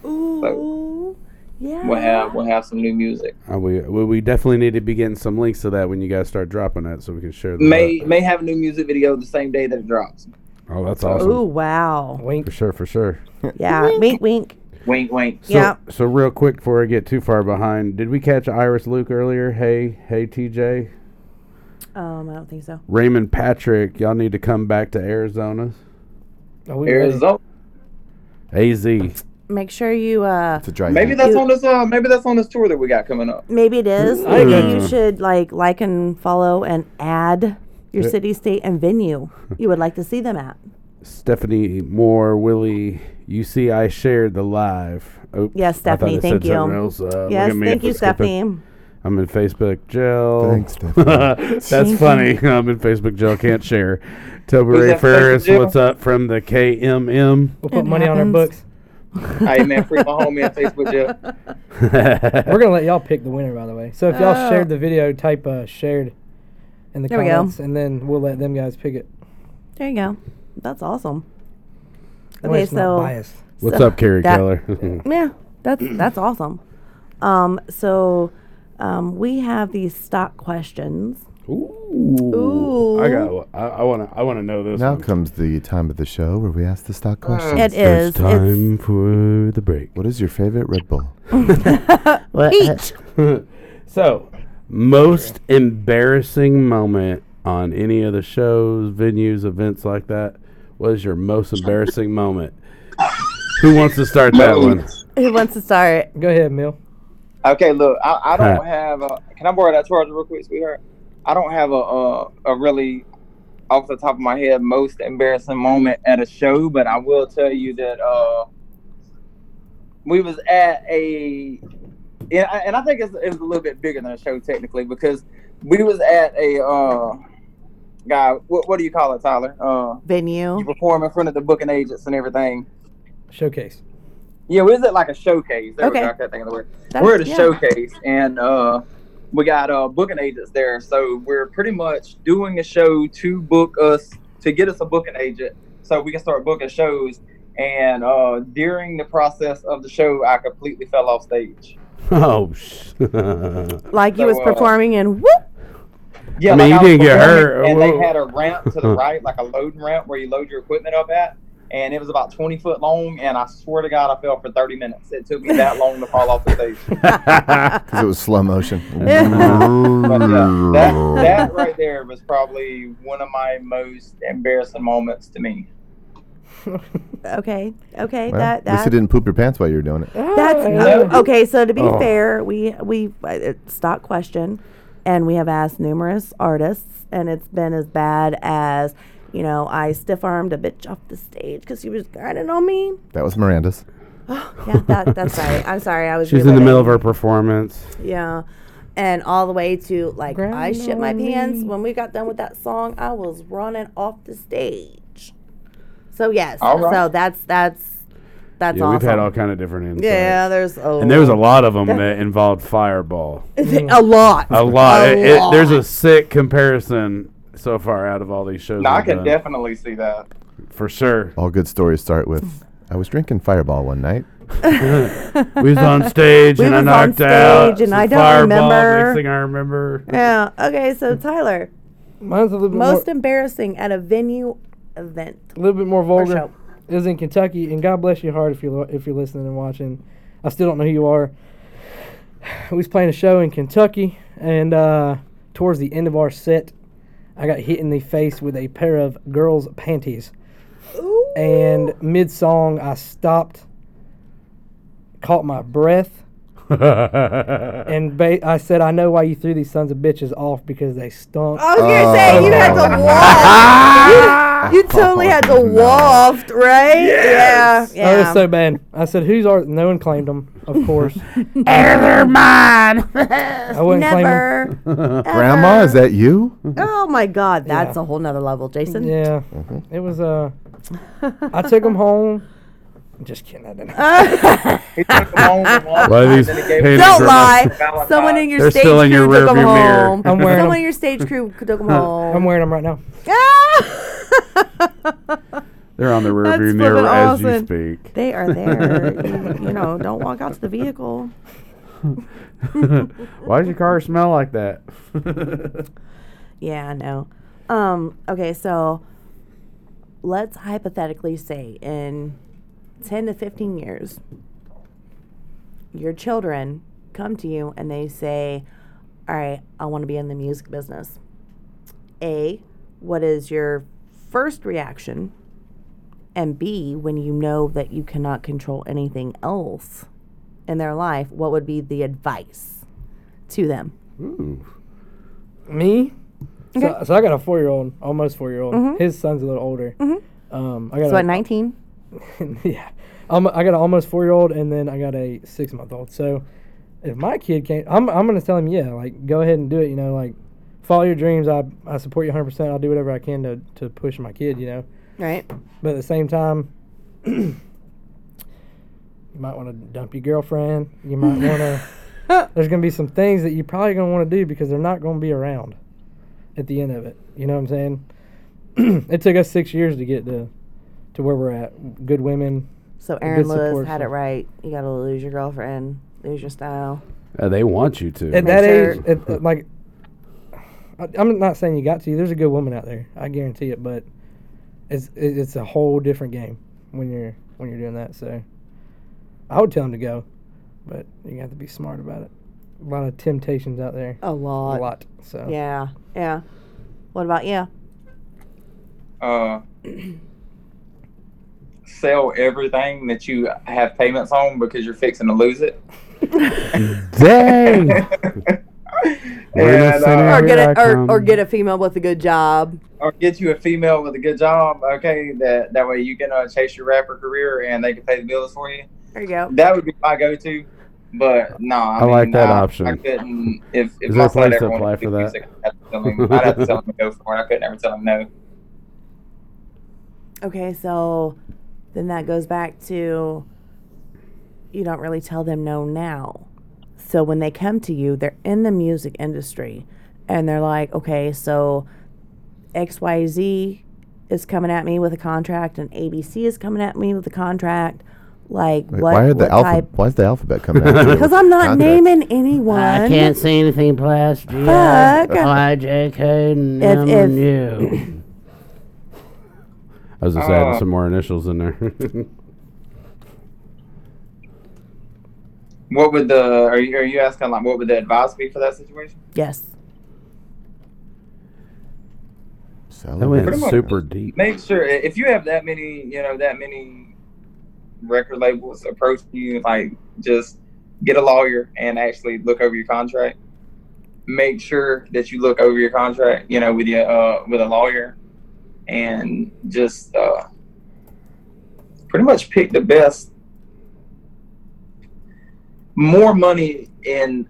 Ooh. Yeah.
we'll have we'll have some new music.
Uh, we, we we definitely need to be getting some links to that when you guys start dropping that, so we can share that.
May may have a new music video the same day that it drops.
oh, that's awesome.
Ooh, wow.
For
Wink.
sure, for sure.
Yeah. wink, wink.
Wink, wink.
So,
Yeah.
So real quick before I get too far behind, did we catch Iris Luke earlier? Hey, hey TJ,
Um, I don't think so.
Raymond Patrick, y'all need to come back to Arizona.
Are we ready?
Arizona.
AZ.
Make sure you, uh,
It's a dry
Maybe
heat.
that's on this. Uh, maybe that's on this tour that we got coming up.
maybe it is.
I
Maybe
agree.
you should, like, like and follow and add your
Yeah.
city, state, and venue you would like to see them at.
Stephanie Moore, Willie, you see I shared the live. Oops,
Yes,
I thought
Stephanie,
it said
thank you.
something else. Uh, look
Yes.
at me
Thank
for
you,
skipping.
Stephanie.
I'm in Facebook jail.
Thanks, Stephanie.
That's funny. I'm in Facebook jail. Can't share. Toby
that, Facebook
Ferris,
jail?
what's up from the KMM?
We'll put money on our
happens.
books.
hey man, free my homie on Facebook, Jeff.
We're gonna let y'all pick the winner, by the way. So if y'all shared the video, type uh, shared in the
Oh. There we go.
comments, and then we'll let them guys pick it.
There you go. That's awesome.
That way
Okay,
it's
so-
not biased.
What's
So
up, Carrie
that-
Keller?
Yeah, that's that's awesome. Um, so um, we have these stock questions.
Ooh.
Ooh.
I got. one. I want to. I want to know this.
Now
one.
comes the time of the show where we ask the
Mm.
stock question.
It
It's
is.
time for the break.
What is your favorite Red Bull?
What?
Peach.
So, most embarrassing moment on any of the shows, venues, events like that. What is your most embarrassing moment? Who wants to start that one?
Who wants to start?
Go ahead, Mill.
Okay, look, I, I
Huh.
don't have. A, can I borrow that charger real quick, sweetheart? I don't have a, a a really off the top of my head most embarrassing moment at a show, but I will tell you that uh, we was at a and I, and I think it's, it's a little bit bigger than a show technically because we was at a uh, guy. What, what do you call it, Tyler? Uh,
Venue.
you perform in front of the booking agents and everything.
Showcase.
Yeah, was it like a showcase? There we
Okay.
go. I can't think of the word.
That-
we're at a
yeah.
showcase, and uh, we got uh, booking agents there. So we're pretty much doing a show to book us to get us a booking agent, so we can start booking shows. And uh, during the process of the show, I completely fell off stage.
Oh, sh-
Like you was
So, uh,
performing and whoop.
Yeah,
I mean, you
was
didn't get
performing,
hurt.
And
Whoa.
they had a ramp to the right, like a loading ramp where you load your equipment up at. And it was about 20 foot long. And I swear to God, I fell for 30 minutes. It took me that long to fall off the stage.
Because it was slow motion.
But yeah, that, that right there was probably one of my most embarrassing moments to me.
Okay, okay,
Well, at
that
least you
that
didn't poop your pants while you were doing it.
that's
No.
oh, okay. So to be fair, we we uh, it's stock question, and we have asked numerous artists, and it's been as bad as you know I stiff armed a bitch off the stage because she was grinding on me.
That was Miranda's.
Yeah, that, that's right. I'm sorry, I was.
she's in the
reliving.
middle of her performance.
Yeah. And all the way to like I
Ground
shit my
on
pants.
me.
When we got done with that song, I was running off the stage. So yes.
All right.
So that's that's that's
Yeah,
awesome.
we've had all kind of different insights.
yeah, there's a
and there was a lot of them that involved fireball.
a lot.
A lot.
A
It- it- there's a
lot.
sick comparison so far out of all these shows.
Now, I
we've
can
done,
definitely see that.
for sure.
All good stories start with I was drinking Fireball one night.
We was on stage
We
and I
was on
knocked out.
stage and
some
I don't
fireball,
remember.
Next thing I remember.
Yeah. Okay, so Tyler,
Mine's a little bit,
most
more,
embarrassing at a venue event.
little bit more
or
vulgar.
show.
It was in Kentucky, and God bless your heart if you're if you're listening and watching. I still don't know who you are. We was playing a show in Kentucky, and uh, towards the end of our set, I got hit in the face with a pair of girls' panties. And mid song, I stopped, caught my breath, and ba- I said, "I know why you threw these sons of bitches off because they stunk."
I was gonna
Oh.
say you had to waft. you, you totally had to waft, right? Yeah.
Oh, it
Yeah.
was so bad. I said, "Who's are?" No one claimed them, of course.
Never mind.
I wouldn't claim them.
Never.
Grandma, is that you?
Oh my God, that's a whole nother level, Jason.
Yeah, it was. Uh, I took them home. Just kidding. I didn't.
He took them home and walked
Why
out,
these
then he gave
haters
them
are
Don't
to
lie.
Valentine.
Someone in your
They're
stage
still in your
crew took them
rearview mirror.
home.
I'm wearing
Someone
them.
in your stage crew took them
I'm
home.
wearing them right now.
They're on the
That's
rearview
flippin'
mirror as
awesome.
you speak.
They are there. you, you know, don't walk out to the vehicle.
Why does your car smell like that?
Yeah, I know. Um, okay, so let's hypothetically say in 10 to 15 years, your children come to you and they say, All right, I want to be in the music business. A, what is your first reaction? And B, when you know that you cannot control anything else in their life, what would be the advice to them?
Me. So, so I got a four-year-old, almost four-year-old. His son's a little older. Um, I got
So
a,
at 19?
yeah. Um, I got an almost four year old, and then I got a six month old. So if my kid can't, I'm, I'm going to tell him, yeah, like, go ahead and do it. You know, like, follow your dreams. I, I support you 100%. I'll do whatever I can to, to push my kid, you know.
Right.
But at the same time, you might want to dump your girlfriend. You might want to. There's going to be some things that you're probably going to want to do because they're not going to be around at the end of it. You know what I'm saying? it took us six years to get to to where we're at. Good women.
So Aaron
good
Lewis
support
had it
system.
right. You gotta lose your girlfriend, lose your style.
Uh, they want you to.
At that
sure-
age, at, at, like, I, I'm not saying you got to. There's a good woman out there. I guarantee it. But it's it, it's a whole different game when you're when you're doing that. So I would tell him to go, but you have to be smart about it. A lot of temptations out there.
A lot.
A lot. So
Yeah, yeah. What about you?
uh, sell everything that you have payments on because you're fixing to lose it.
Dang.
And,
not saying
uh,
Or
Or
Here
get
get
a,
a- I
or,
or- or come.
get
get
a female with a good job.
or get you a female with a good job. Okay, that that way you can uh, chase your rapper career and they can pay the bills for you.
There you go.
That would be my go-to. But no, I,
I like
mean,
that
I-
option.
I couldn't. If, if
Is
my
there a
son
place
ever
to
wanted
apply
do
for that?
music, I'd have to tell him- I'd have to tell him to go for it. I couldn't ever tell him no.
Okay, so then that goes back to you don't really tell them no now. So when they come to you, they're in the music industry and they're like, okay, so XYZ is coming at me with a contract, and ABC is coming at me with a contract. Like
Wait,
what?
why are the
what
alpha,
type?
Why is the alphabet coming out?
Because I'm not naming anyone.
I can't say anything past G I
Fuck.
Y J K and
If-
M
if-
and U.
I was just adding
Oh.
Ah.
some more initials in there.
What would the are you are you asking like what would the advice be for that situation?
Yes.
that
Celibate.
went
Pretty much.
super deep.
Make sure i- if you have that many, you know, that many record labels approach you, like just get a lawyer and actually look over your contract. Make sure that you look over your contract, you know, with your uh, with a lawyer, and just uh, pretty much pick the best. More money in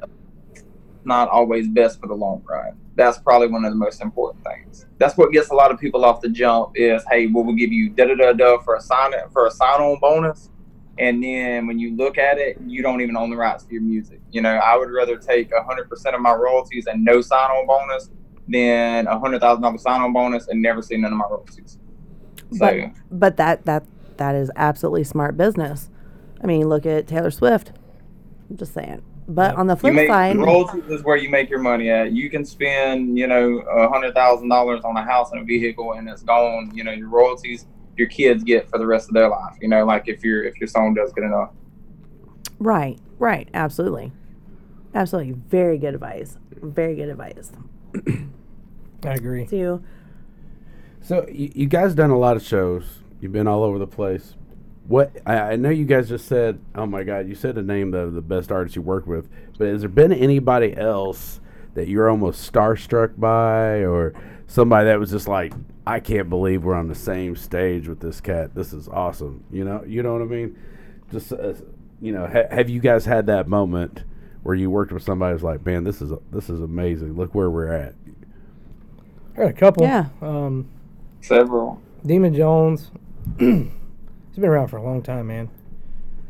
not always best for the long run. That's probably one of the most important things. That's what gets a lot of people off the jump is, hey, we will give you da da da da for a sign for a sign on bonus, and then when you look at it, you don't even own the rights to your music. You know, I would rather take hundred percent of my royalties and no sign on bonus than a hundred thousand dollar sign on bonus and never see none of my royalties. So
But but that that that is absolutely smart business. I mean, look at Taylor Swift. I'm just saying. But on the
you
flip
make
side,
royalties is where you make your money at. You can spend, you know, a hundred thousand dollars on a house and a vehicle, and it's gone. You know, your royalties your kids get for the rest of their life. You know, like if your if your song does good enough.
right, right, absolutely, absolutely, very good advice. Very good advice.
I agree.
To you,
So you, you guys done a lot of shows. You've been all over the place. What I, I know you guys just said. Oh my God, you said a name of the best artist you worked with. But has there been anybody else that you're almost starstruck by, or somebody that was just like, I can't believe we're on the same stage with this cat. This is awesome. You know, you know what I mean. Just uh, you know, ha- have you guys had that moment where you worked with somebody who's like, man, this is this is amazing. Look where we're at.
I got a couple.
Yeah.
Um,
Several.
Demon Jones. He's been around for a long time, man.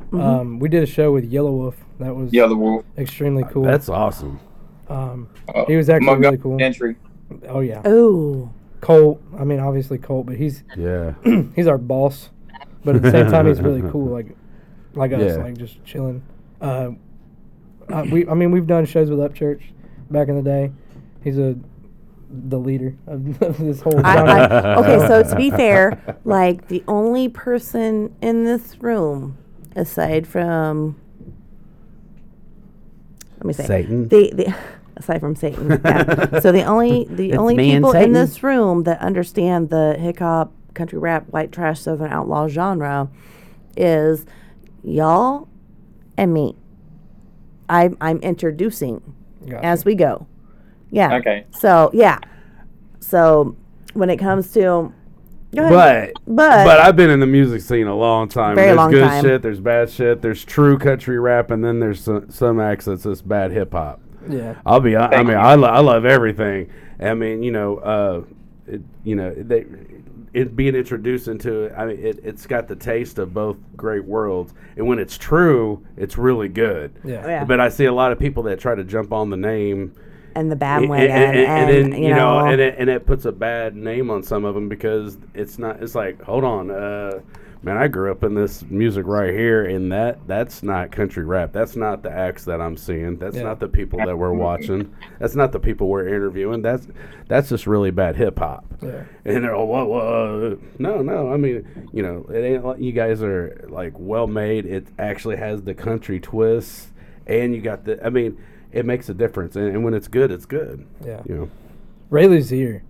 Mm-hmm.
Um, we did a show with Yellow Wolf. That was
Yeah, the wolf.
extremely cool.
That's awesome.
um,
Uh,
He was actually
Montgomery
really cool.
Gentry.
oh yeah,
oh,
Colt. I mean, obviously Colt, but he's
Yeah.
he's our boss, but at the same time he's really cool, like like us,
Yeah.
like just chilling. Uh, uh, we I mean we've done shows with Upchurch back in the day. He's a the leader of, of this whole.
I,
genre.
I, okay. So to be fair, like the only person in this room, aside from, let me say,
Satan.
the the aside from Satan. yeah. so the only the
It's
only
me and
people in
Satan.
this room that understand the hip hop, country rap, white trash, southern outlaw genre is y'all and me. I'm I'm introducing
Gotcha.
as we go. Yeah.
Okay.
So yeah. So when it comes to go ahead.
But
But-
but I've been in the music scene a long time.
Very
there's
long
good
time.
shit, there's bad shit, there's true country rap, and then there's some, some acts that's just bad hip hop.
yeah,
I'll be. I, I
Thank
mean,
you.
I, lo- I love everything. I mean, you know, uh, it, you know, they, it being introduced into. it, I mean, it, it's got the taste of both great worlds, and when it's true, it's really good.
yeah.
Oh, yeah.
But I see a lot of people that try to jump on the name
and the
and,
bandwagon
and- and- and then,
you know,
and it, and it puts a bad name on some of them because it's not. It's like, hold on, uh, man, I grew up in this music right here, and that that's not country rap. That's not the acts that I'm seeing. That's
Yeah.
not the people that we're watching. That's not the people we're interviewing. That's that's just really bad hip hop.
Yeah.
And they're all, whoa, whoa. No, no. I mean, you know, it ain't like you guys are like well made. It actually has the country twist, and you got the. I mean, it makes a difference. And, and when it's good, it's good.
Yeah.
You know.
Ray Luzier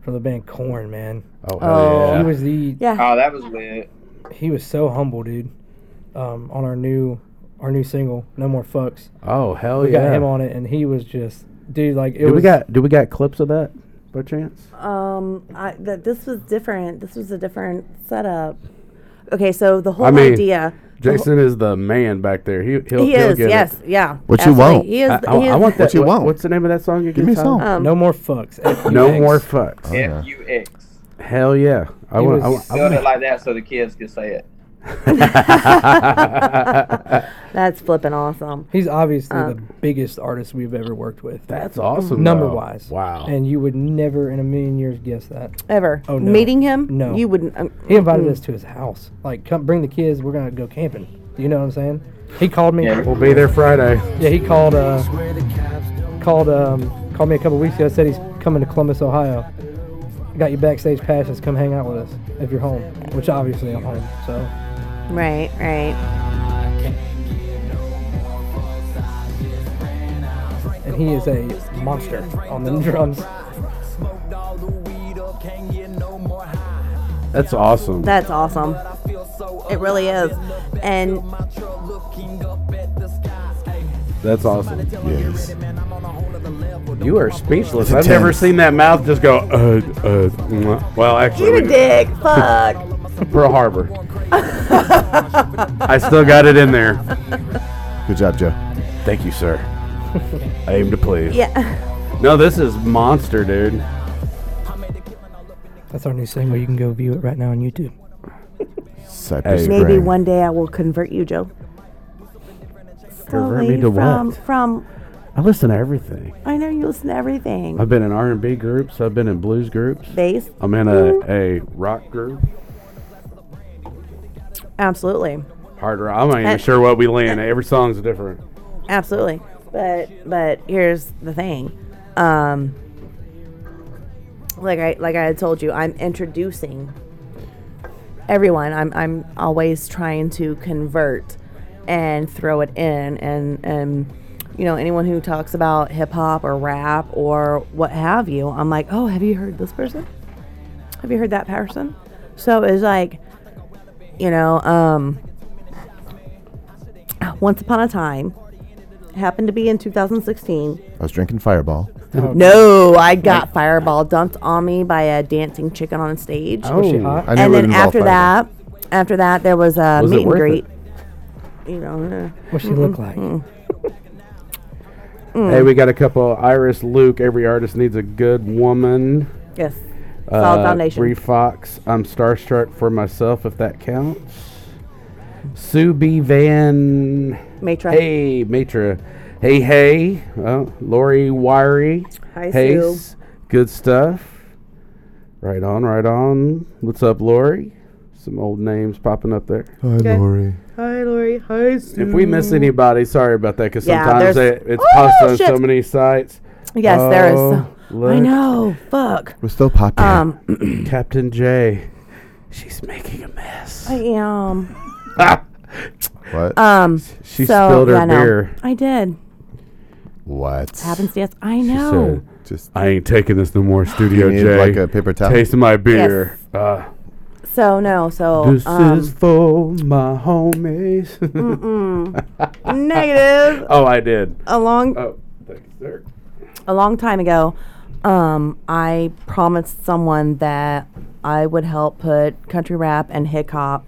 from the band Corn, man.
Oh,
He
hell
was the
yeah.
Oh, that was lit.
he was so humble, dude. Um, on our new our new single, No More Fucks.
Oh, hell
We
yeah.
got him on it and he was just dude, like it
do
was
we got do we got clips of that by chance?
Um, I, that this was different. This was a different setup. Okay, so the whole
mean,
idea.
Jason is the man back there. He he'll,
He
he'll
is,
get it.
yes, yeah.
What you
absolutely.
want?
He is.
I, I-
he is
I want that.
What you
what-
want?
What's the name of that song? Again,
Give me a
Tyler?
song.
um,
No More Fucks.
No
FUX.
more fucks.
Oh,
F U X.
Hell yeah! I
He
want.
was-
I
Build
want.
it like that so the kids can say it.
That's flipping awesome.
He's obviously the biggest artist we've ever worked with.
That's awesome.
number
though.
wise.
Wow.
And you would never in a million years guess that.
Ever.
Oh, no.
Meeting him?
No.
You wouldn't. Um,
He invited us to his house. Like, come bring the kids. We're gonna go camping. You know what I'm saying? He called me.
Yeah.
we'll be there Friday.
Yeah, he called. Uh, called. Um, called me a couple weeks ago. Said he's coming to Columbus, Ohio. Got you backstage passes. Come hang out with us if you're home, which obviously I'm home. So
right, right.
and he is a monster on the drums.
That's awesome.
That's awesome. It really is. And
That's awesome.
Yes.
You are speechless. I've never seen that mouth just go. Uh, uh, mwah. well, actually,
you a
we-
dick. Fuck.
Pearl Harbor. I still got it in there.
Good job, Joe.
Thank you, sir. I aim to please.
Yeah.
No, this is monster, dude.
That's our new single. You can go view it right now on YouTube.
Cypress
Hey.
Spring.
Maybe one day I will convert you, Joe.
Convert me to
from,
what?
From
I listen to everything.
I know you listen to everything.
I've been in R and B groups. I've been in blues groups.
Bass,
I'm in
Mm.
a, a rock group.
absolutely,
Hard rock. I'm not even
And-
sure what we land. Every song's different.
absolutely. But but here's the thing, um, like I like I had told you, I'm introducing everyone. I'm I'm always trying to convert and throw it in, and and you know anyone who talks about hip hop or rap or what have you, I'm like, oh, have you heard this person? Have you heard that person? So it's like, you know, um, once upon a time happened to be in 2016
I was drinking Fireball.
no i got fireball dumped on me by a dancing chicken on stage
Oh,
Was she hot?
I knew
and
it
then
involved
after
Fireball.
that after that there was a
Was it
meet and
worth
greet you know eh.
What she look like?
Mm.
Hey, we got a couple. Iris Luke. Every artist needs a good woman.
yes solid
Uh,
foundation
Bree Fox. I'm starstruck for myself, if that counts. Sue B. Van.
Matra.
Hey, Matra. Hey, hey. Oh, Lori Wiry.
Hi,
Hayes. Good stuff. Right on, right on. What's up, Lori? Some old names popping up there.
Hi, Lori.
hi lori hi
If we miss anybody, sorry about that, because
Hmm. Yeah,
sometimes they,
there's-
it's
Oh,
posted on so
shit.
many sites.
yes there is
Oh,
so- i
look.
know fuck
We're still popular.
um
Captain J. She's making a mess.
i am
what?
um
She
so,
spilled her
yeah, no.
beer.
i did
what?
happenstance i
She
know
said,
Just
I ain't taking this no more, Studio
You need,
J.
like, a paper towel?
Taste of my beer. Uh,
so no so
this
um,
is for my homies.
negative
oh, I did.
along
Oh, thank you, sir.
a long time ago, um, I promised someone that I would help put country rap and hip hop,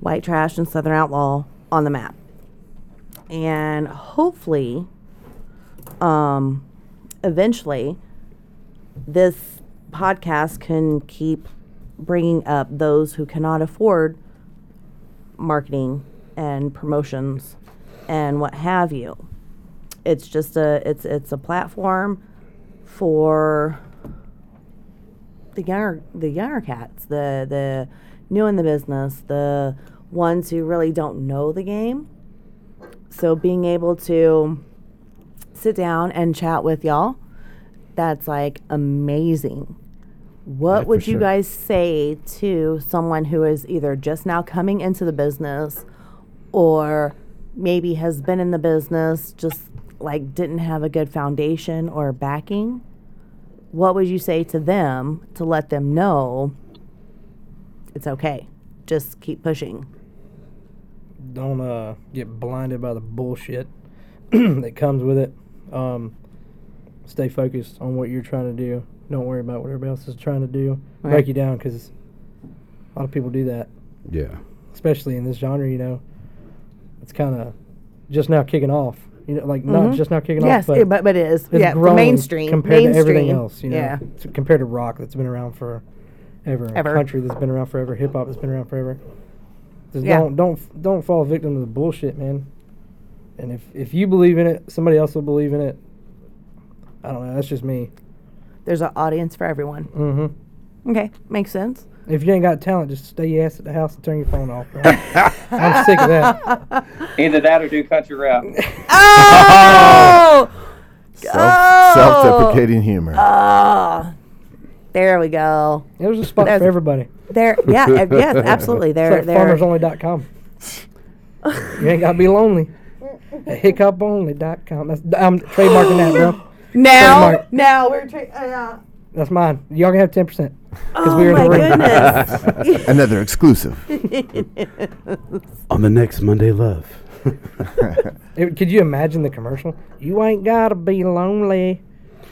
white trash and southern outlaw on the map. And hopefully, um, eventually, this podcast can keep bringing up those who cannot afford marketing and promotions and what have you it's just a it's it's a platform for the younger the younger cats the the new in the business the ones who really don't know the game so being able to sit down and chat with y'all that's like amazing what would you guys say to someone who is either just now coming into the business or maybe has been in the business just like didn't have a good foundation or backing what would you say to them to let them know it's okay just keep pushing
don't uh, get blinded by the bullshit that comes with it. Um, stay focused on what you're trying to do. Don't worry about what everybody else is trying to do. Break you down because a lot of people do that,
Yeah.
especially in this genre. You know, it's kind of just now kicking off. You know, like not just now kicking
Mm-hmm. yes
off, but
it, but, but it is
it's
yeah
growing
mainstream
compared
mainstream
to everything else. You know,
yeah
To- compared to rock that's been around for ever, and
Ever.
country that's been around forever, hip hop that's been around forever. Just
Yeah.
don't don't don't fall victim to the bullshit, man. And if if you believe in it, somebody else will believe in it. I don't know. That's just me.
There's an audience for everyone.
hmm
Okay, makes sense.
If you ain't got talent, just stay your ass at the house and turn your phone off. Bro. I'm sick of that.
Either that or do country rap.
Oh,
Self, self-deprecating humor.
Uh, Ah! there we go.
It was a spot
There's-
for everybody.
There, yeah, uh, yes, absolutely.
It's
There,
like
there.
farmersonly.com. you ain't gotta be lonely. At hiccuponly.com. That's I'm trademarking that, bro.
Now,
Trademark.
now we're. Tra- uh,
That's mine. Y'all gonna have ten percent.
oh
we were in
my
the room.
goodness.
Another exclusive.
On the next Monday Love.
Could you imagine the commercial? You ain't gotta be lonely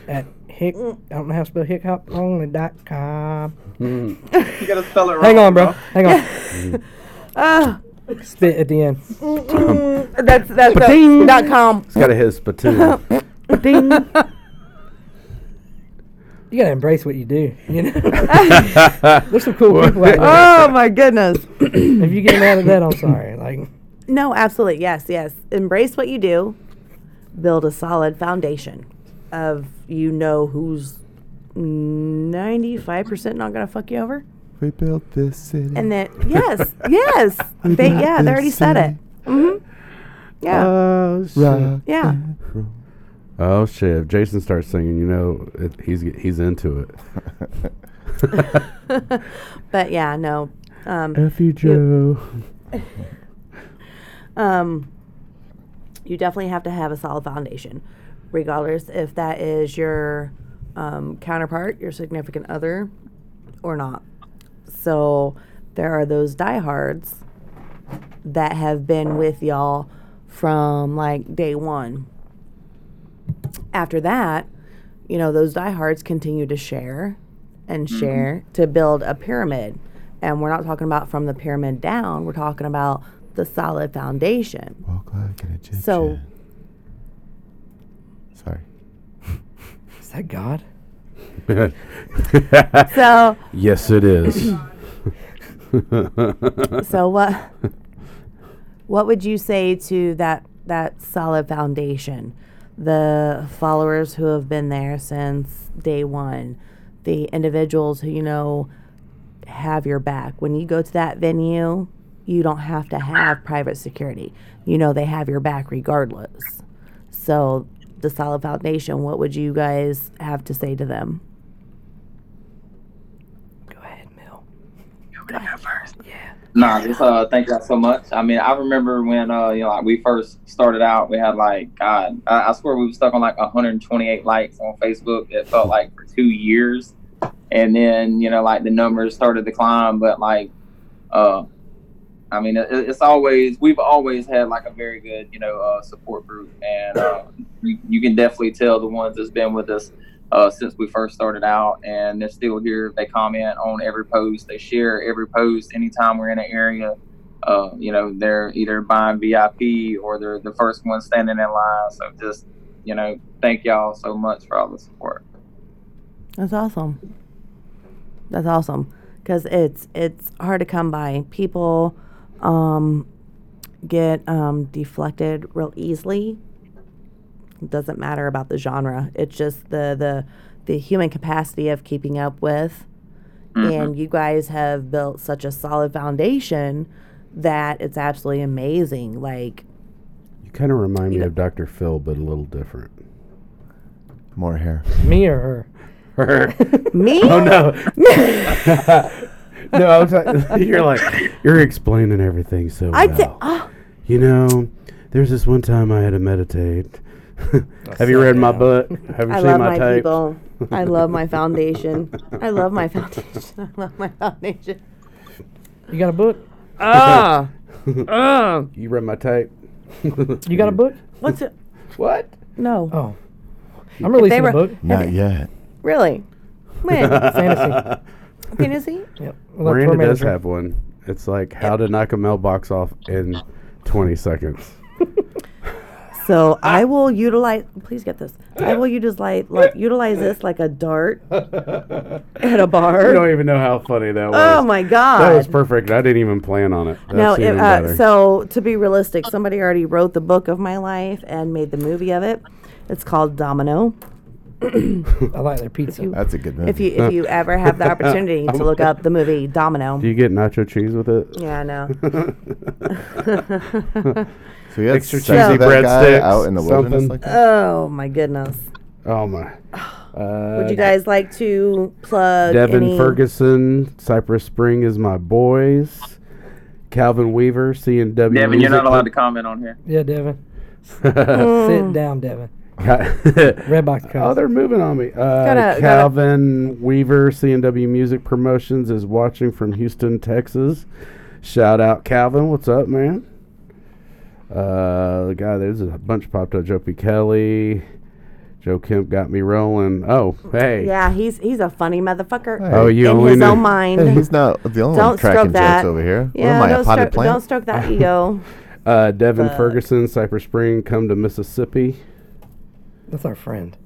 at hic. I don't know how to spell hiccuponly.com.
You gotta spell it wrong.
Hang on, bro. Hang on.
Ah.
Spit at the end.
that's that's the, dot com.
It's got a his spittoon.
You gotta embrace what you do. You know. There's some cool people out there.
Oh my goodness.
If you get mad at that, I'm sorry. Like.
No, absolutely. Yes, yes. Embrace what you do. Build a solid foundation of you know who's 95% not going to fuck you over.
we built this city.
And then, yes, yes. They, yeah, they already said it. hmm Yeah,
oh, shit.
Rock
yeah.
and roll.
Oh, shit. If Jason starts singing, you know it, he's he's into it.
But yeah, no. Um,
F you, Joe.
um, you definitely have to have a solid foundation, regardless if that is your um, counterpart, your significant other, or not. So there are those diehards that have been with y'all from like day one. After that, you know, those diehards continue to share and share to build a pyramid. And we're not talking about from the pyramid down, we're talking about the solid foundation.
Walk like an Egyptian.
So-
Sorry.
Is that God?
So,
yes, it is.
so what what would you say to that that solid foundation? The followers who have been there since day 1, the individuals who you know have your back. When you go to that venue, you don't have to have private security. You know they have your back regardless. So, the solid foundation, what would you guys have to say to them?
Go ahead, Mill.
Nah, just uh, thank y'all so much. I mean, I remember when uh, you know, like we first started out, we had like God, I, I swear we were stuck on like 128 likes on Facebook. It felt like for two years, and then you know, like the numbers started to climb. But like, uh, I mean, it, it's always we've always had like a very good you know uh, support group, and uh, you, you can definitely tell the ones that's been with us uh, since we first started out, and they're still here. They comment on every post, they share every post. Anytime we're in an area, uh, you know, they're either buying VIP or they're the first one standing in line. So just, you know, thank y'all so much for all the support.
That's awesome. That's awesome because it's it's hard to come by. People um, get um, deflected real easily. It doesn't matter about the genre. It's just the the the human capacity of keeping up with.
Mm-hmm.
And you guys have built such a solid foundation that it's absolutely amazing. Like
you kind of remind me of Dr. Phil, but a little different.
More hair.
Me or her?
me,
Oh no. no, I was like, you're like you're explaining everything so
I'd
well.
say, oh,
you know, there's this one time I had to meditate. Have you read my book? Have you
I
seen
love
my,
my
tape?
people. I love my foundation. I love my foundation. I love my foundation.
You got a book?
Ah, Uh.
You read my tape?
You got a book?
what's it?
What?
No,
Oh. I'm releasing
were-
a book.
Not yet.
really? When?
Fantasy.
Fantasy?
yep. with a tour
Miranda does
manager.
have one. It's like how to knock a mailbox off in 20 seconds.
So I will utilize. Please get this. I will utilize like utilize this like a dart at a
Er?
You don't
bar.
even know how funny that was.
Oh my god!
That was perfect. I didn't even plan on it. That's
No, it,
even
uh,
better.
so to be realistic, somebody already wrote the book of my life and made the movie of it. It's called Domino.
I like their pizza.
That's a good movie.
If you if you ever have the opportunity to look up the movie Domino,
Do you get nacho cheese with it?
yeah, I know.
so he had
Extra
sex with
cheesy
that guy
breadsticks,
out in the wilderness
something.
like that.
Oh my goodness!
Oh my. Uh,
Would you guys like to plug
Devin
any-
Ferguson, Cypress Spring is my boys. Calvin Weaver, C and W.
Devin, you're not allowed to comment on here.
Yeah, Devin.
Hmm.
Sit down, Devin.
to.
Red box cuts.
oh, they're moving on me. Uh,
Gotta- gotta-
Calvin Weaver, C and W Music Promotions is watching from Houston, Texas. Shout out Calvin, what's up, man? Uh, the guy, there's a bunch popped up. Joe P. Kelly, Joe Kemp got me rolling. Oh, hey.
Yeah, he's he's a funny motherfucker.
Oh, you
in
only
his
know.
own mind.
Hey, he's not the only one
don't
cracking
stroke that
jokes over here.
Yeah,
what am I,
don't,
a potted
stroke, don't
plant?
stroke that ego.
Uh, Devin
Fuck.
Ferguson, Cypress Spring, come to Mississippi.
That's our friend.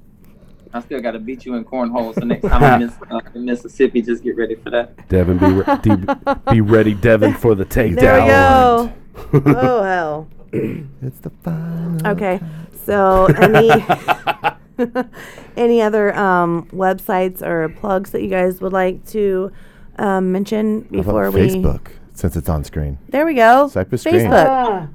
I still got to beat you in cornhole. So next time I'm in Miss- uh, in Mississippi, just get ready for that.
Devin, be, re- de- be ready, Devin, for the takedown.
There we go. oh hell.
It's the final.
Okay. So any any other um, websites or plugs that you guys would like to um, mention
How about
before we?
Facebook, since it's on screen.
There we go.
Cypress Screen.
Facebook.
Uh,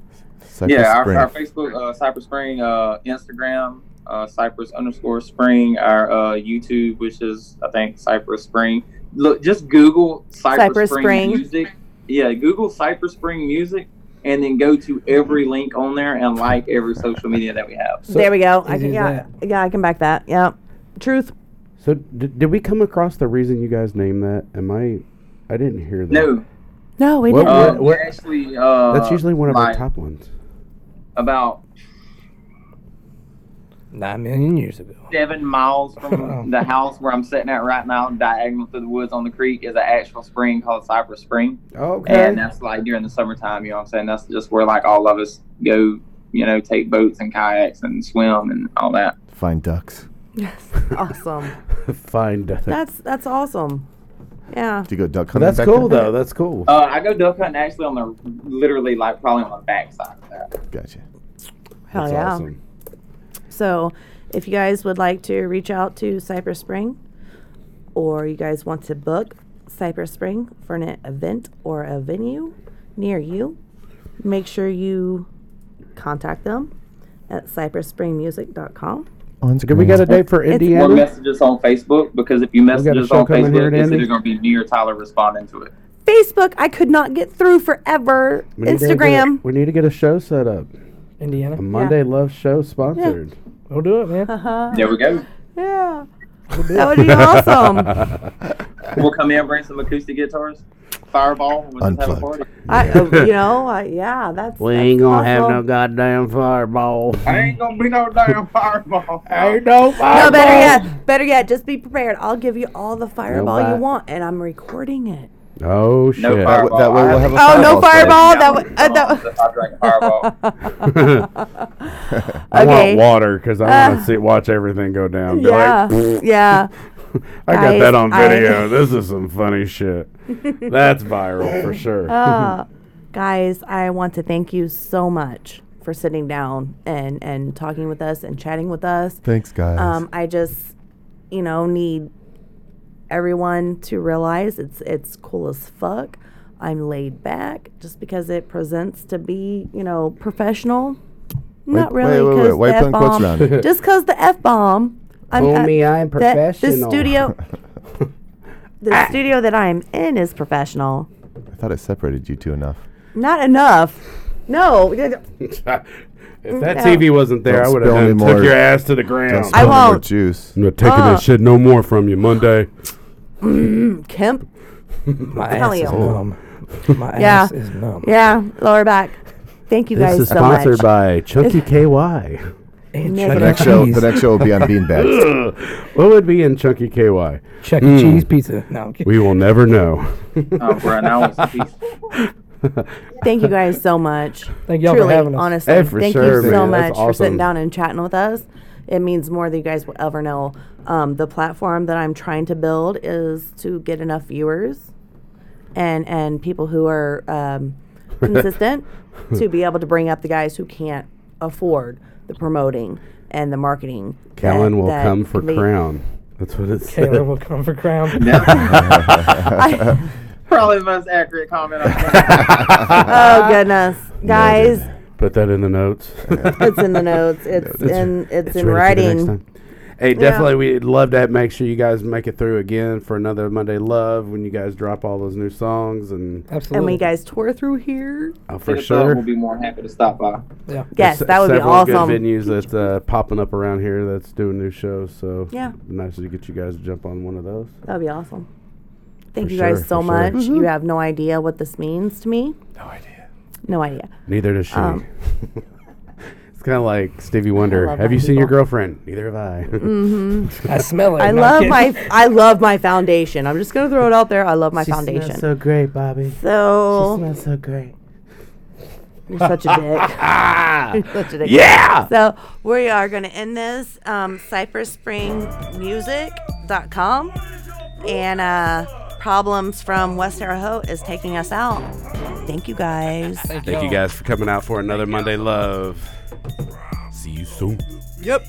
Cypress
yeah, our,
Spring.
our Facebook, uh, Cypress Spring, uh, Instagram, uh, Cypress underscore Spring, our uh, YouTube, which is I think Cypress Spring. Look, just Google Cypress,
Cypress
Spring,
Spring.
music. Yeah, Google Cypress Spring music, and then go to every link on there and like every social media that we have.
there we go. I
Easy
can,
as
yeah, yeah, I can back that. Yeah. Truth.
So, d- did we come across the reason you guys named that? Am I? I didn't hear that.
No,
No, we
What-
didn't.
uh,
what-
we're actually uh,
That's usually one of our
like,
top ones.
about
Nine million years ago.
seven miles from the house where I'm sitting at right now, diagonal through the woods on the creek, is an actual spring called Cypress Spring.
Okay.
And that's like during the summertime, you know what I'm saying? That's just where like all of us go, you know, take boats and kayaks and swim and all that.
Find ducks.
Yes. awesome.
Fine. Devin.
That's that's awesome. Yeah.
Do you go duck hunting?
That's
back
cool
there?
though. That's cool.
Uh, I go duck hunting actually on the literally like probably on the backside of that.
Gotcha.
Hell
That's
yeah.
awesome.
So, if you guys would like to reach out to Cypress Spring, or you guys want to book Cypress Spring for an event or a venue near you, make sure you contact them at cypressspringmusic.com.
On
Did we
screen.
get a date for
It's-
Or
Indiana?
message us on Facebook because if you message
got a
us
show
on
coming here
Facebook,
at
it's either
Andy's?
gonna be me or Tyler responding to it.
Facebook, I could not get through forever.
We need to get a-
Instagram.
we need to get a show set up.
Indiana.
A Monday Love Show sponsored.
We'll do it, man.
There we go.
Yeah. That would be awesome.
We'll come in, bring some acoustic guitars, fireball, and we'll just have a
Unplugged.
party.
I, uh, you know, I, yeah, that's.
We
that's
ain't gonna have no
awesome.
goddamn fireball.
I ain't gonna be no damn fireball.
no
No, better yet, better yet, just be prepared. I'll give you all the fireball
bye.
you want, and I'm recording it.
Oh shit.
No
That, w- that way we'll have a
Oh, no
fireball
fireball.
set.
that would- uh, that would-
I drank fireball.
I
Okay. Uh.
want water because I want to see watch everything go down. Be like,
Yeah, yeah.
I got
Guys,
that on
I-
video. this is some funny shit. That's viral for sure.
Uh, guys, I want to thank you so much for sitting down and and talking with us and chatting with us.
Thanks, guys.
Um, I just, you know, need everyone to realize it's it's cool as fuck. I'm laid back just because it presents to be, you know, professional. Not
wait,
really.
wait, wait.
'cause
Why you
the
putting quotes
F-bomb-
around it?
Just because the f bomb.
Homie,
that the
I'm professional.
studio the studio that I'm in is professional.
I thought I separated you two enough.
Not enough. No. y- y-
if that TV wasn't there,
Don't
I would
spill
have
any
done
more-
took your ass to the ground.
Spill no more
won't.
Juice.
I'm not taking
Uh.
that shit no more from you Monday.
Kemp.
My
Tell
ass is
you.
numb. My
Yeah.
ass is numb.
Yeah, lower back. Thank you guys so much.
by Chunky KY.
And
Nick.
Chuck
The
E.
next show,
Cheese.
the next show will be on beanbags.
what would be in Chunky KY?
Hmm. Chuck E. Cheese pizza. No, I'm kidding.
We will never know.
Oh, bro, now it's a piece.
Thank you guys so much.
Thank y'all for
Truly,
having us.
honestly,
Hey, for
thank
sure,
you so
man.
much
That's
for sitting
awesome.
down and chatting with us. It means more than you guys will ever know. Um, the platform that I'm trying to build is to get enough viewers and and people who are um, consistent to be able to bring up the guys who can't afford the promoting and the marketing. that-
Callan will
that
come for
the-
crown. That's what it said.
Taylor will come for crown.
Probably the most accurate comment I've
Oh goodness, guys!
Put that in the notes.
It's in the notes. It's in it's, in
ready for the next
writing.
time. Hey, definitely, we'd love to have- make sure you guys make it through again for another Monday Love when you guys drop all those new songs and
Absolutely.
And we guys tour through here.
uh,
done.
for
Hit us up,
sure.
We'll be more than happy to stop by.
Yeah.
Yes,
There's
that would be
several good
awesome.
venues that's uh, popping up around here that's doing new shows. So
Yeah.
it'd be nice to get you guys to jump on one of those.
That'd be awesome. Thank
For
you
sure,
guys so
for sure.
much. You have no idea what this means to me.
No idea.
No idea.
Neither does she.
Um,
it's kind of like Stevie Wonder.
love
Have
my
you seen your
people."
girlfriend? Neither have I.
Mm-hmm.
I smell it.
I
No, I'm
love
kidding.
my I love my foundation. I'm just gonna throw it out there. I love my foundation. So,
great, Bobby. so great.
you're such a dick. You're such a dick.
yeah.
So we are gonna end this um, cypresspringmusic.com and uh, problems from West Arrowhoe is taking us out. Thank you guys.
Thank you guys for coming out for another Monday Love. See you soon. Yep.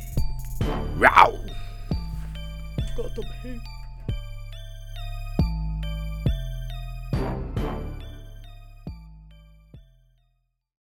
Wow.